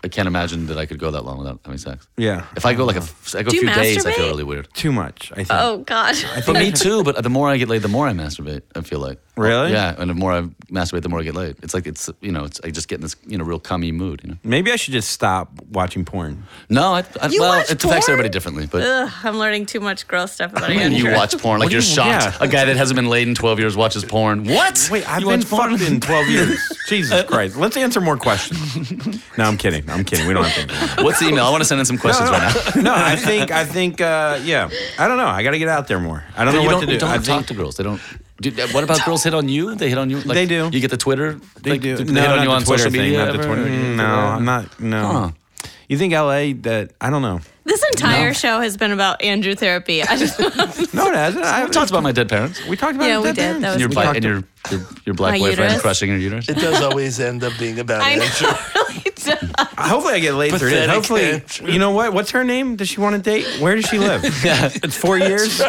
E: I can't imagine that I could go that long without having sex.
C: Yeah.
E: If I go like a f- I go a
B: Do you
E: few days, I feel
B: masturbate?
E: really weird.
C: Too much. I think.
B: Oh God.
E: But me too. But the more I get laid, the more I masturbate. I feel like
C: Really?
E: Yeah, and the more I masturbate, the more I get laid. It's like it's you know, it's I just get in this you know real cummy mood. You know,
C: Maybe I should just stop watching porn.
E: no, I, I,
B: You
E: well,
B: watch
E: it affects
B: porn?
E: everybody differently, but.
C: Uh,
B: Ugh, I'm learning too much gross stuff about
E: And you
B: Andrew.
E: watch porn like
C: What do
E: you're
C: you-
E: shocked.
C: yeah.
E: A guy that hasn't been laid in 12 years watches porn. What?
C: Wait, I've
E: You
C: been
E: watch porn?
C: fucked in 12 years. Jesus Christ. Let's answer more questions. No, I'm kidding. I'm kidding. We don't have to.
E: What's the email? I want to send in some questions right now.
C: No, I think I think uh, yeah. I don't know. I got to get out there more. I don't know
E: you
C: what
E: don't,
C: to do.
E: don't
C: I
E: talk
C: think
E: to girls. They don't. Dude, what about girls hit on you? They hit on you. Like,
C: They do.
E: You get the Twitter.
C: they
E: like,
C: do.
E: They hit on you
C: the
E: on
C: Twitter
E: social
C: thing,
E: media.
C: not the
E: ever? Mm,
C: Twitter. No, I'm not. No.
E: Huh.
C: You think LA that I don't know.
B: This entire show has been about Andrew therapy. I just
C: No, it hasn't. I
E: We talked about my dead parents.
C: We talked about
B: Yeah,
C: it
B: we
C: that
B: did.
C: day.
B: That was
E: And your,
B: we
E: black,
B: talked
E: and your, your, your black
B: My
E: boyfriend
B: uterus.
E: crushing your uterus.
D: It does always end up being about
B: I know.
D: Andrew.
C: Hopefully, I get laid through this.
D: Pathetic
C: Hopefully,
D: answer.
C: you know what? What's her name? Does she want to date? Where does she live? yeah, it's four years.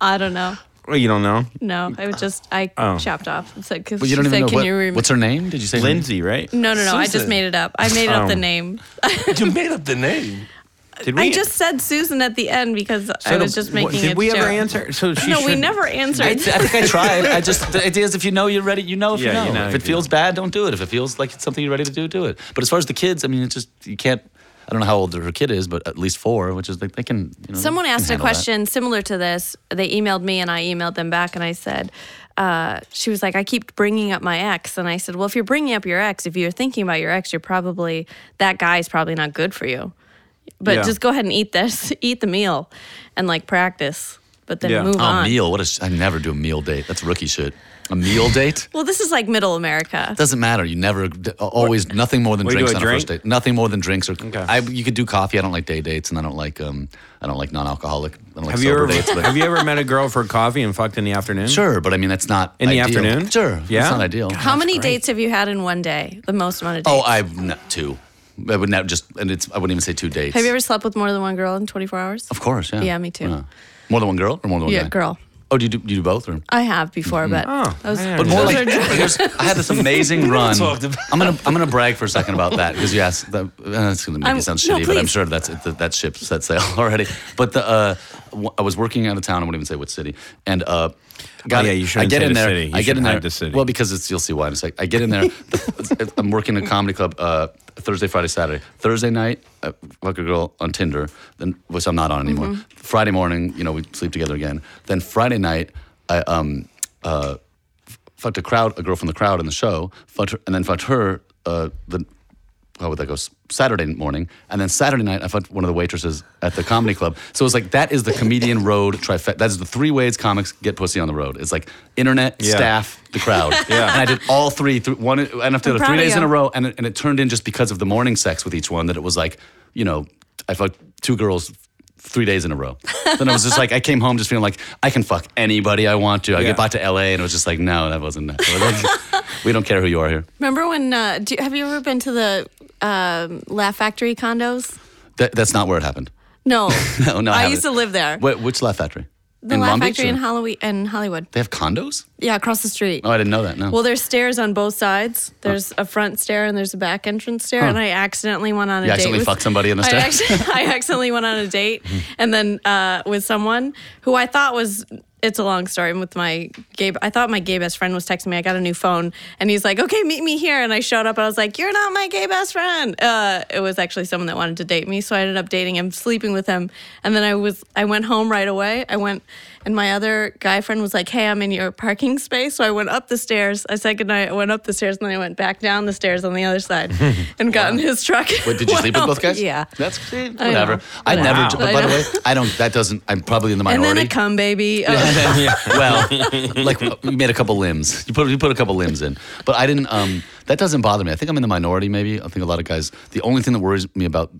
B: I don't know.
C: Well, you don't know.
B: No, I was just I
C: Oh.
B: chopped off. It's like, 'cause
E: But you
B: she
E: don't even
B: said,
E: know
B: "Can
E: what,
B: you remember?"
E: what's her name. Did you say her name?
C: Lindsay, right?
B: No, no, no. I just
D: Susan.
B: made it up. I made up the
C: Oh.
B: name.
D: you made up the name.
C: Did
B: I just said Susan at the end because I was just making
C: Did
B: a
C: we
B: joke.
C: ever answer? So she
B: No, we
C: should-
B: never
E: I,
B: answered.
E: I think I tried. I just the idea is if you know you're ready, you know if you
C: Yeah,
E: know.
C: you know if
E: if it
C: you
E: feels bad, don't do it. If it feels like it's something you're ready to do, do it. But as far as the kids, I mean, it's just you can't. I don't know how old her kid is, but at least four, which is like they can. Mm-hmm. You know,
B: Someone
E: they can
B: asked a
E: handle that.
B: question similar to this. They emailed me and I emailed them back and I said, uh, she was like, I keep bringing up my ex. And I said, well, if you're bringing up your ex, if you're thinking about your ex, you're probably, that guy's probably not good for you. But
C: Yeah.
B: just go ahead and eat this, eat the meal and like practice, but then
C: Yeah.
B: move
E: Oh,
B: on.
E: meal. What a sh- I never do a meal date. That's rookie shit. A meal date
B: Well, this is like middle America.
E: doesn't matter. You never always nothing more than
C: We do
E: drinks
C: a
E: on a first
C: drink?
E: date. Nothing more than drinks or I, you could do coffee. I don't like day dates, and I don't like um I don't like non-alcoholic. I don't like
C: Have you
E: sober
C: ever
E: dates. But
C: have you ever met a girl for coffee and fucked in the afternoon?
E: sure, but I mean that's not
C: Mm-hmm. In the
E: ideal.
C: afternoon?
E: Sure,
C: Yeah?
E: it's not ideal.
B: How many dates have you had in one day? The most amount of dates?
E: Oh, I've no, two. I would not just, and it's. I wouldn't even say two dates.
B: have you ever slept with more than one girl in 24 hours?
E: Of course, yeah.
B: Yeah, me too.
E: More than one girl or more than one
B: Yeah,
E: guy?
B: girl.
E: Oh, do you do, do you do both or?
B: I have before,
E: Mm-hmm.
B: but
C: Oh,
B: those,
C: I
E: But
C: Those
E: more
B: those
E: like,
B: are just-
E: there's- I had this amazing run.
D: talked about-
E: I'm gonna I'm gonna brag for a second about that because yes, that, uh, it's gonna make
B: I'm-
E: it sound
B: no,
E: shitty, but I'm
B: please.
E: sure that's that, that ship set sail already. But the uh, w- I was working out of town. I won't even say what city. And uh, got
C: Oh, yeah,
E: it.
C: you
E: I
C: shouldn't
E: get
C: say
E: in
C: the
E: there.
C: city. You
E: I get
C: shouldn't
E: in there.
C: hype the city.
E: Well, because it's you'll see why in a sec. I get in there. I'm working at a comedy club uh, Thursday, Friday, Saturday. Thursday night, I fuck a girl on Tinder, then which I'm not on anymore.
B: Mm-hmm.
E: Friday morning, you know, we sleep together again. Then Friday night, I um uh f- fucked a crowd, a girl from the crowd in the show, fucked her, and then fucked her uh the how would that go? S- Saturday morning, and then Saturday night, I fucked one of the waitresses at the comedy club. So it's like that is the comedian road trifecta. That is the three ways comics get pussy on the road. It's like internet,
C: Yeah.
E: staff, the crowd. yeah, and I did all three. Through, one enough to
B: I'm
E: do it
B: proud
E: three
B: of
E: days in
B: you.
E: a row, and it, and it turned in just because of the morning sex with each one that it was like you know I fucked two girls. Three days in a row. Then I was just like, I came home just feeling like I can fuck anybody I want to. I
C: Yeah.
E: get back to LA and it was just like, no, that wasn't. we don't care who you are here.
B: Remember when? Uh, do, have you ever been to the um, Laugh Factory condos?
E: That, that's not where it happened.
B: No,
E: No, no, I
B: I,
E: haven't.
B: used to live there.
E: Wait, which Laugh Factory?
B: the Laugh
E: Long Beach,
B: Factory
E: or-
B: in, Hollow- in Hollywood.
E: They have condos?
B: Yeah, across the street.
E: Oh, I didn't know that. No.
B: Well, there's stairs on both sides. There's a front stair and there's a back entrance stair. And I accidentally went on a
E: Oh. You
B: date.
E: accidentally
B: with-
E: fucked somebody in the
B: I
E: stair?
B: acci- I accidentally went on a date and then uh, with someone who I thought was. It's a long story. And with my gay, I thought my gay best friend was texting me. I got a new phone, and he's like, "Okay, meet me here." And I showed up, and I was like, "You're not my gay best friend." Uh, it was actually someone that wanted to date me, so I ended up dating him, sleeping with him, and then I was, I went home right away. I went, and my other guy friend was like, "Hey, I'm in your parking space," so I went up the stairs. I said goodnight. I went up the stairs, and then I went back down the stairs on the other side, and got in his truck.
E: Wait, did you
B: Went
E: sleep with
B: home.
E: both guys?
B: Yeah.
E: That's eh,
B: I
E: whatever.
B: know.
E: I,
B: Wow.
E: never. But
B: I
E: by the
B: know.
E: way, I don't. That doesn't. I'm probably in the
B: And
E: minority.
B: then a cum baby. Oh,
E: well, like uh, you made a couple limbs. You put you put a couple limbs in, but I didn't. Um, that doesn't bother me. I think I'm in the minority. Maybe I think a lot of guys. The only thing that worries me about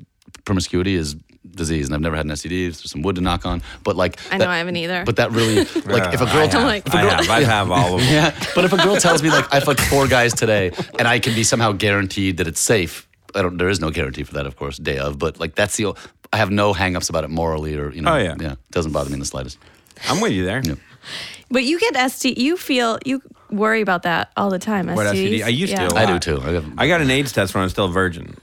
E: promiscuity is disease, and I've never had an STD. There's some wood to knock on, but like
B: I know, I haven't either.
E: But that really, like, if a
C: Yeah,
E: girl,
C: I have.
B: like-
E: if a
C: I
E: girl-
C: have. I have all of them.
E: Yeah, but if a girl tells me like I fucked four guys today, and I can be somehow guaranteed that it's safe, I don't. There is no guarantee for that, of course, day of. But like that's the. o- I have no hangups about it morally, or you know,
C: Oh, yeah.
E: yeah, it doesn't bother me in the slightest.
C: I'm with you there.
B: but you get ST. You feel you worry about that all the time.
C: What
B: STDs.
C: STD? I used
B: Yeah.
C: to. a
E: I do
C: lot.
E: too. I have-
C: I got an AIDS test when I was still a virgin.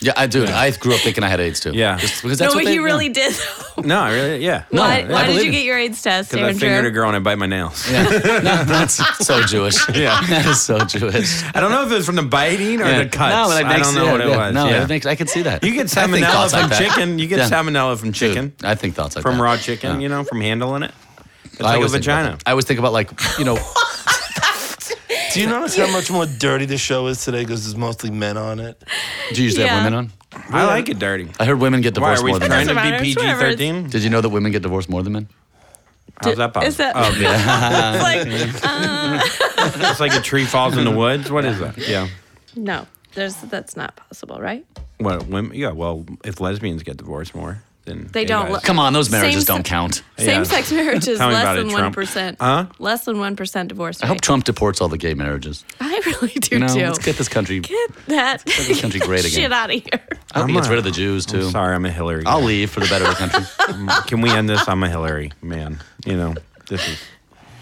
E: Yeah, I do. I grew up thinking I had AIDS too.
C: Yeah.
E: Just because that's
B: no,
E: what
B: but
E: they,
B: he really did.
C: No, I really, yeah. No,
B: why why did
E: believe
B: you
E: it.
B: get your AIDS test,
C: Because I
B: Aaron?
C: fingered a
B: Drew?
C: girl and I bite my nails.
E: No, that's so Jewish. Yeah. That is so Jewish.
C: I don't know if it was from the biting or
E: Yeah.
C: the cuts.
E: No, that
C: I
E: makes-
C: don't know
E: yeah,
C: what it
E: yeah.
C: was.
E: No,
C: yeah.
E: it makes, I could see that.
C: you get
E: I think
C: salmonella
E: thoughts
C: from
E: like that.
C: chicken. You get
E: Yeah.
C: salmonella from chicken.
E: Dude, I think thoughts like
C: from
E: that.
C: raw chicken,
E: Yeah.
C: you know, from handling it. It's
E: I
C: like a
E: always think about
C: vagina.
E: that. I always think about like you know.
D: Do you notice how much more dirty the show is today because there's mostly men on it?
E: Do you usually
B: Yeah.
E: have women on?
C: I like it dirty.
E: I heard women get
C: Why
E: divorced
C: are we
E: more than
C: trying to
E: men.
B: Doesn't matter,
C: be
B: it's
C: PG
B: whatever, it's-
C: thirteen?
E: Did you know that women get divorced more than men?
C: How's that possible?
B: Is that-
C: Oh, yeah. it's like a tree falls in the woods. What is that? Yeah.
B: No, there's that's not possible, right?
C: What women? Yeah. Well, if lesbians get divorced more, then
B: They
C: gay
B: don't
C: guys-
B: look-
E: Come on, those marriages
B: Same-
E: don't count.
B: Same-sex marriage is
C: Tell me
B: less
C: about it,
B: than one
C: Trump.
B: percent.
C: Huh?
B: Less than one percent divorce
E: I
B: rate.
E: hope Trump deports all the gay marriages.
B: I really do
E: You know,
B: too.
E: let's get this country.
B: Get that
E: this country great again.
B: shit out of here.
E: I hope he
C: I'm
E: gets
C: a-
E: rid of the Jews too.
C: Sorry, I'm a Hillary.
E: I'll
C: guy.
E: leave for the better of the country.
C: Can we end this? I'm a Hillary man. You know, this is.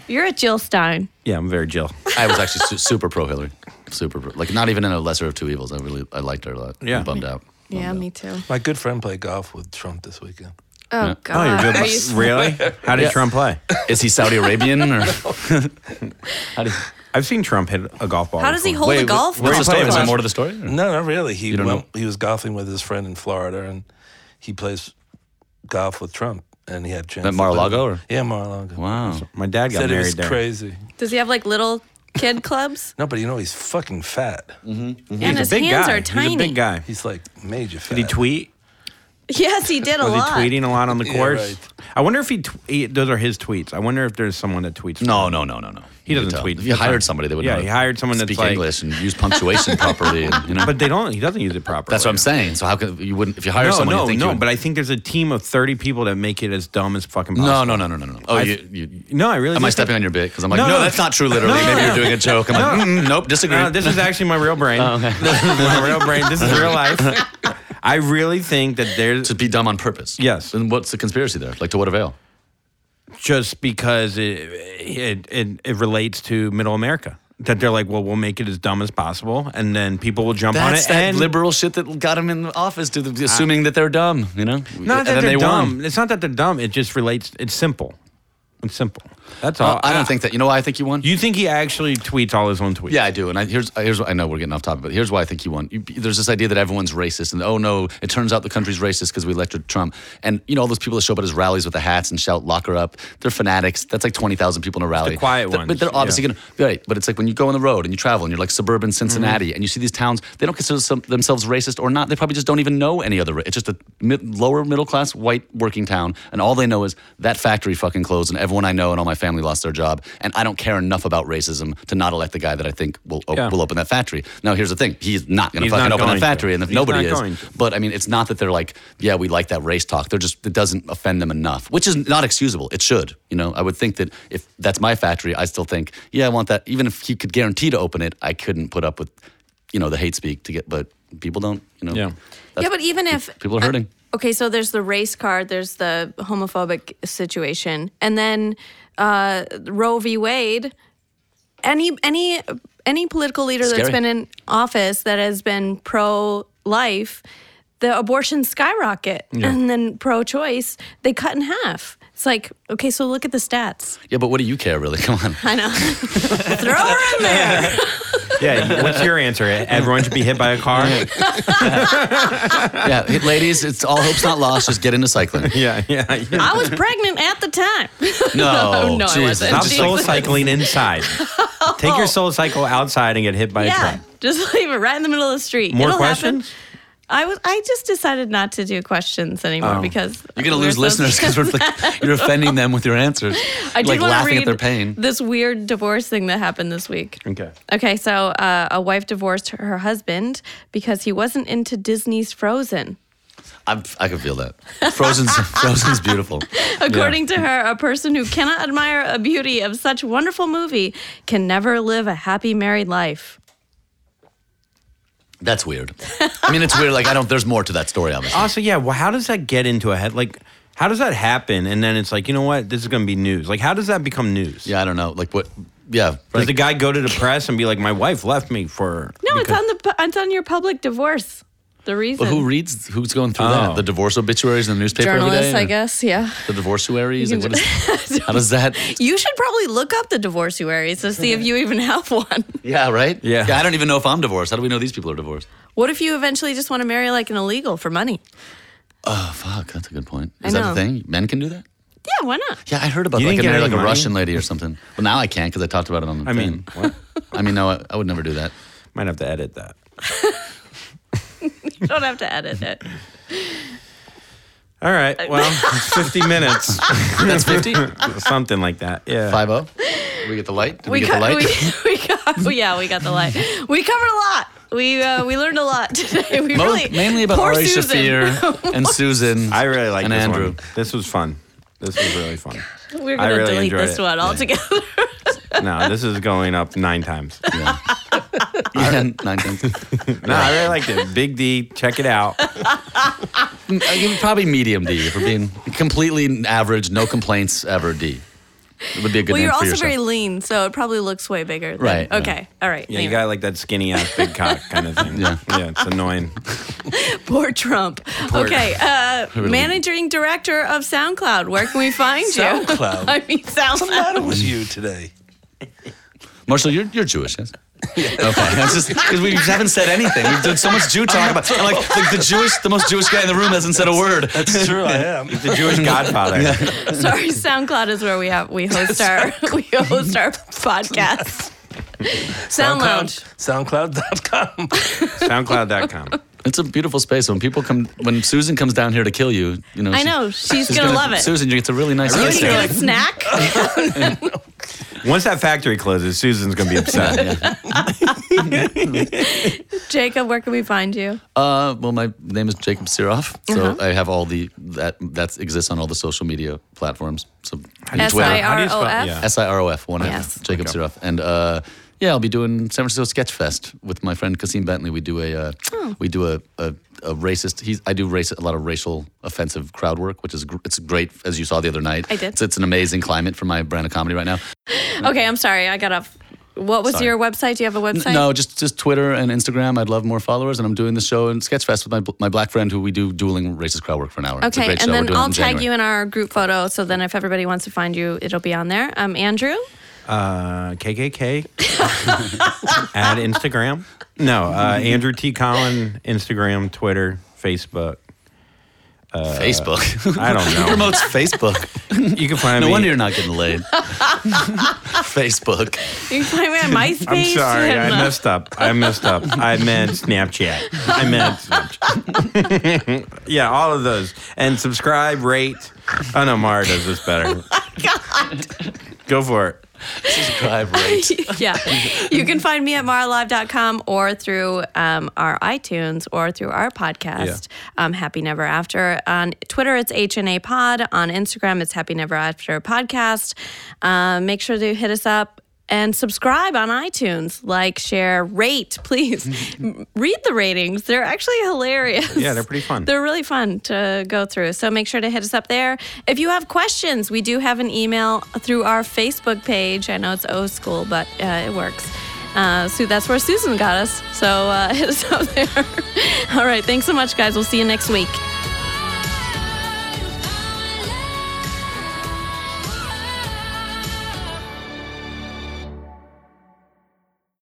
B: You're a Jill Stein.
C: Yeah, I'm very Jill.
E: I was actually su- super pro Hillary. Super pro. Like not even in a lesser of two evils. I really I liked her a lot.
C: Yeah.
E: I'm bummed out.
C: Oh,
B: Yeah, me too.
D: My good friend played golf with Trump this weekend.
B: Oh God. Are you s-
C: really? How did
E: Yeah.
C: Trump play?
E: Is he Saudi Arabian or? How do you-
C: I've seen Trump hit a golf ball.
B: How does he
C: before.
B: hold a golf
E: what's
B: ball?
E: the story?
C: playing?
E: Is there more to the story? or-
D: No, not really. He
E: don't
D: went, he was golfing with his friend in Florida, and he plays golf with Trump, and he had a chance.
E: At
D: to
E: Mar-a-Lago,
D: play-
E: or-
D: yeah, Mar-a-Lago.
E: Wow.
C: My dad got
D: Said it
C: married
D: was
C: there.
D: crazy.
B: Does he have like little kid clubs?
D: No, but you know he's fucking fat.
B: and
C: He's a
B: his
C: big
B: hands
C: guy.
B: are tiny.
C: He's a big guy.
D: He's like major fat.
C: Did he tweet?
B: Yes, he did a
C: Was he
B: lot.
C: tweeting a lot on the
D: Yeah,
C: course?
D: right.
C: I wonder if he, tw- he- Those are his tweets. I wonder if there's someone that tweets.
E: No, no, no, no, no.
C: He
E: You
C: doesn't
E: could tell.
C: tweet.
E: If you
C: That's fine.
E: hired somebody, they would.
C: Yeah,
E: know
C: he hired someone that's
E: speak
C: like-
E: English and use punctuation properly, and you know.
C: But they don't. He doesn't use it properly.
E: that's what I'm saying. So how could you wouldn't if you hire
C: No,
E: someone?
C: no,
E: you think
C: no.
E: You would,
C: But I think there's a team of 30 people that make it as dumb as fucking possible.
E: no, no, no, no, no, no. Oh, you, you,
C: No, I really.
E: Am
C: do
E: I
C: think-
E: stepping on your bit? Because I'm like,
C: No,
E: no,
C: no.
E: that's not true. Literally,
C: No,
E: maybe
C: no.
E: you're doing a joke. I'm
C: No.
E: like, mm, nope, disagree.
C: No, this is actually my real brain.
E: Oh,
C: This is my real brain. This is real life. I really think that there's
E: to be dumb on purpose.
C: Yes.
E: Then what's the conspiracy there? Like to what avail?
C: just because it it, it it relates to Middle America that they're like, well, we'll make it as dumb as possible, and then people will jump on it.
E: That's that
C: and
E: liberal shit that got him in office, to the, assuming that they're dumb. You know,
C: Not
E: And
C: that
E: then
C: they're
E: they won.
C: dumb. It's not that they're dumb. It just relates. It's simple. It's simple. That's all.
E: Uh, I don't think that. You know why I think you won?
C: You think he actually tweets all his own tweets?
E: Yeah, I do. And I, here's here's what I know we're getting off topic, but here's why I think you won. You, there's this idea that everyone's racist, and oh no, it turns out the country's racist because we elected Trump. And you know all those people that show up at his rallies with the hats and shout "lock her up." They're fanatics. That's like twenty thousand people in a rally.
C: quiet
E: Th-
C: ones,
E: but they're obviously
C: yeah.
E: gonna right. But it's like when you go on the road and you travel and you're like suburban
C: Mm-hmm.
E: Cincinnati, and you see these towns, they don't consider some, themselves racist or not. They probably just don't even know any other. ra- It's just a mid, lower middle class white working town, and all they know is that factory fucking closed, and everyone I know and all my family lost their job, and I don't care enough about racism to not elect the guy that I think will op-
C: Yeah.
E: will open that factory. Now here's the thing: he's not going
C: He's
E: to fucking
C: not
E: open
C: going
E: that
C: to.
E: factory, and if
C: He's
E: nobody
C: not
E: is.
C: going to.
E: But I mean, it's not that they're like, yeah, we like that race talk. They're just it doesn't offend them enough, which is not excusable. It should, you know. I would think that if that's my factory, I still think, yeah, I want that. Even if you could guarantee to open it, I couldn't put up with, you know, the hate speak to get. But people don't, you know.
C: Yeah.
E: That's-
B: yeah, but even if
E: people are hurting.
B: okay, so there's the race card, there's the homophobic situation, and then uh, Roe v. Wade. Any any any political leader that's
E: Scary.
B: been in office that has been pro life, the abortion skyrocket, and then pro choice, they cut in half. It's like okay, so look at the stats.
E: yeah, but what do you care, really? Come on.
B: I know, throw her in there.
C: Yeah. What's your answer? Everyone should be hit by a car.
E: yeah, hey, ladies, it's all hope's not lost. Just get into cycling.
C: yeah. Yeah. yeah.
B: I was pregnant at the time.
E: No,
B: no, I
E: Jesus.
B: wasn't.
C: Stop
E: Just like-
C: soul cycling inside. Take your soul cycle outside and get hit by a
B: Oh. yeah,
C: truck.
B: just leave it right in the middle of the street.
C: More
B: It'll happen.
C: questions?
B: I was. I just decided not to do questions anymore because
E: You're gonna
B: we're
E: Oh. lose
B: so-
E: listeners because we're like, you're offending them with your answers.
B: I did
E: like
B: wanna
E: laughing
B: read
E: at their pain.
B: This weird divorce thing that happened this week.
C: Okay.
B: Okay, so uh, a wife divorced her husband because he wasn't into Disney's Frozen.
E: I'm, I can feel that. Frozen's Frozen's beautiful.
B: According to her, a person who cannot admire a beauty of such wonderful movie can never live a happy married life.
E: That's weird. I mean, it's weird. Like I don't. There's more to that story, obviously.
C: Also, yeah. Well, how does that get into a head? Like, how does that happen? And then it's like, you know what? This is going to be news. Like, how does that become news?
E: Yeah, I don't know. Like what? Yeah.
C: Does
E: Like,
C: the guy go to the press and be like, my wife left me for?
B: No,
C: because-
B: it's on the. pu- It's on your public divorce. the reason.
E: But who reads? Who's going through
C: Oh.
E: that? The divorce obituaries in the newspaper every
B: Journalists,
E: day.
B: I
E: or
B: guess. Yeah.
E: The divorcearies.
B: You
E: Like
B: can
E: what is, how does that?
B: You should probably look up the divorcearies to see if you even have one.
E: Yeah, right.
C: Yeah.
E: yeah. I don't even know if I'm divorced. How do we know these people are divorced?
B: What if you eventually just want to marry like an illegal for money?
E: Oh, fuck, that's a good point.
B: I
E: Is that
B: know.
E: a thing? Men can do that?
B: Yeah, why not?
E: Yeah, I heard about
C: You
E: like,
C: didn't
E: I
C: get
E: married, like
C: any
E: a
C: money?
E: Russian lady or something. Well, now I can't because I talked about it on the
C: I
E: thing.
C: mean, what?
E: I mean, no, I, I would never do that.
C: might have to edit that.
B: You don't have to edit it.
C: All right. Well, it's 50 minutes,
E: That's 50?
C: something like that. Yeah.
E: 5 0? oh? We get the light? Did we, get the
B: co-
E: light?
B: We, we got, oh, yeah, we got the light. We covered a lot. We uh, we learned a lot today. We
E: Mo-
B: really
E: mainly about
B: poor
E: Ari
B: Susan.
E: Shafir and Susan.
C: I really like
E: and
C: this
E: Andrew.
C: one. This was fun. This was really fun.
B: We're
C: I
B: gonna
C: really
B: delete
C: enjoyed
B: this
C: it.
B: one altogether.
C: No, this is going up nine times.
E: Yeah. yeah, nine times.
C: No, I really liked it. Big D, check it out.
E: I give it uh, probably medium D for being completely average, no complaints ever D. It would be a good
B: well,
E: name
B: you're
E: for
B: also
E: yourself.
B: very lean, so it probably looks way bigger. than-
E: Right, yeah.
B: Okay. All right.
C: Yeah, you
B: anyway.
C: got like that skinny ass big cock kind of thing.
E: Yeah.
C: Yeah, it's annoying.
B: Poor Trump. Okay. Uh, managing director of SoundCloud. Where can we find you?
D: SoundCloud?
B: I mean,
D: What's the
B: SoundCloud.
D: matter with you today?
E: Marshall, you're, you're Jewish, yes? Okay, that's just because we haven't said anything. We've done so much Jew talk about, and like the, the Jewish, the most Jewish guy in the room hasn't said a word.
D: It's true, I am.
C: The Jewish Godfather.
B: Sorry, SoundCloud is where we have we host our we host our podcast. Sound Lounge.
D: SoundCloud. SoundCloud.com.
C: SoundCloud.com.
E: It's a beautiful space. When people come, when Susan comes down here to kill you, you know.
B: I
E: she-
B: know she's gonna love it.
E: Susan, you get a really nice
B: You
E: gift
B: can
E: there.
B: get a snack.
C: Once that factory closes, Susan's gonna be upset.
B: Jacob, where can we find you?
E: Uh, well, my name is Jacob Siroff, so
B: Uh-huh.
E: I have all the that that exists on all the social media platforms. So
B: S I
E: Twitter,
C: How do
B: R
C: you
B: O
C: spell-
B: F.
C: yeah.
E: S I R O F, one F,
B: Yes.
E: Jacob Siroff, and uh, yeah, I'll be doing San Francisco Sketch Fest with my friend Kasim Bentley. We do a uh,
B: Oh.
E: we do a, a, a racist. He's I do race a lot of racial offensive crowd work, which is gr- it's great as you saw the other night.
B: I did.
E: It's, it's an amazing climate for my brand of comedy right now.
B: Okay, I'm sorry, I got off. What was
E: Um, Sorry.
B: your website? Do you have a website?
E: No, just just Twitter and Instagram. I'd love more followers, and I'm doing the show in Sketchfest with my bl- my black friend, who we do dueling racist crowd work for an hour. it's a
B: Okay,
E: great show.
B: and
E: We're
B: then
E: doing it
B: I'll tag
E: January.
B: you in our group photo. So then, if everybody wants to find you, it'll be on there. Um, Andrew,
C: Uh, KKK at Instagram. No, uh, Andrew T. Collin, Instagram, Twitter, Facebook.
E: Facebook.
C: I don't
E: Who
C: know.
E: Uh, promotes Facebook?
C: You can find
E: No
C: me.
E: wonder you're not getting laid. Facebook.
B: you can find me on MySpace.
C: I'm sorry, I
B: and, uh,
C: messed up. I messed up. I meant Snapchat. I meant Snapchat. yeah, all of those. And subscribe, rate. Oh no, Mara does this better. Go for it.
E: Subscribe rate.
B: yeah. You can find me at maralive.com or through um, our iTunes or through our podcast, um, Happy Never After. On Twitter, it's HNA Pod. On Instagram, it's Happy Never After Podcast. Um, make sure to hit us up. And subscribe on iTunes, like, share, rate, please. M- Read the ratings. They're actually hilarious.
C: Yeah, they're pretty fun.
B: They're really fun to go through. So make sure to hit us up there. If you have questions, we do have an email through our Facebook page. I know it's old school, but uh, it works. Uh, so that's where Susan got us. So uh, hit us up there. All right. Thanks so much, guys. We'll see you next week.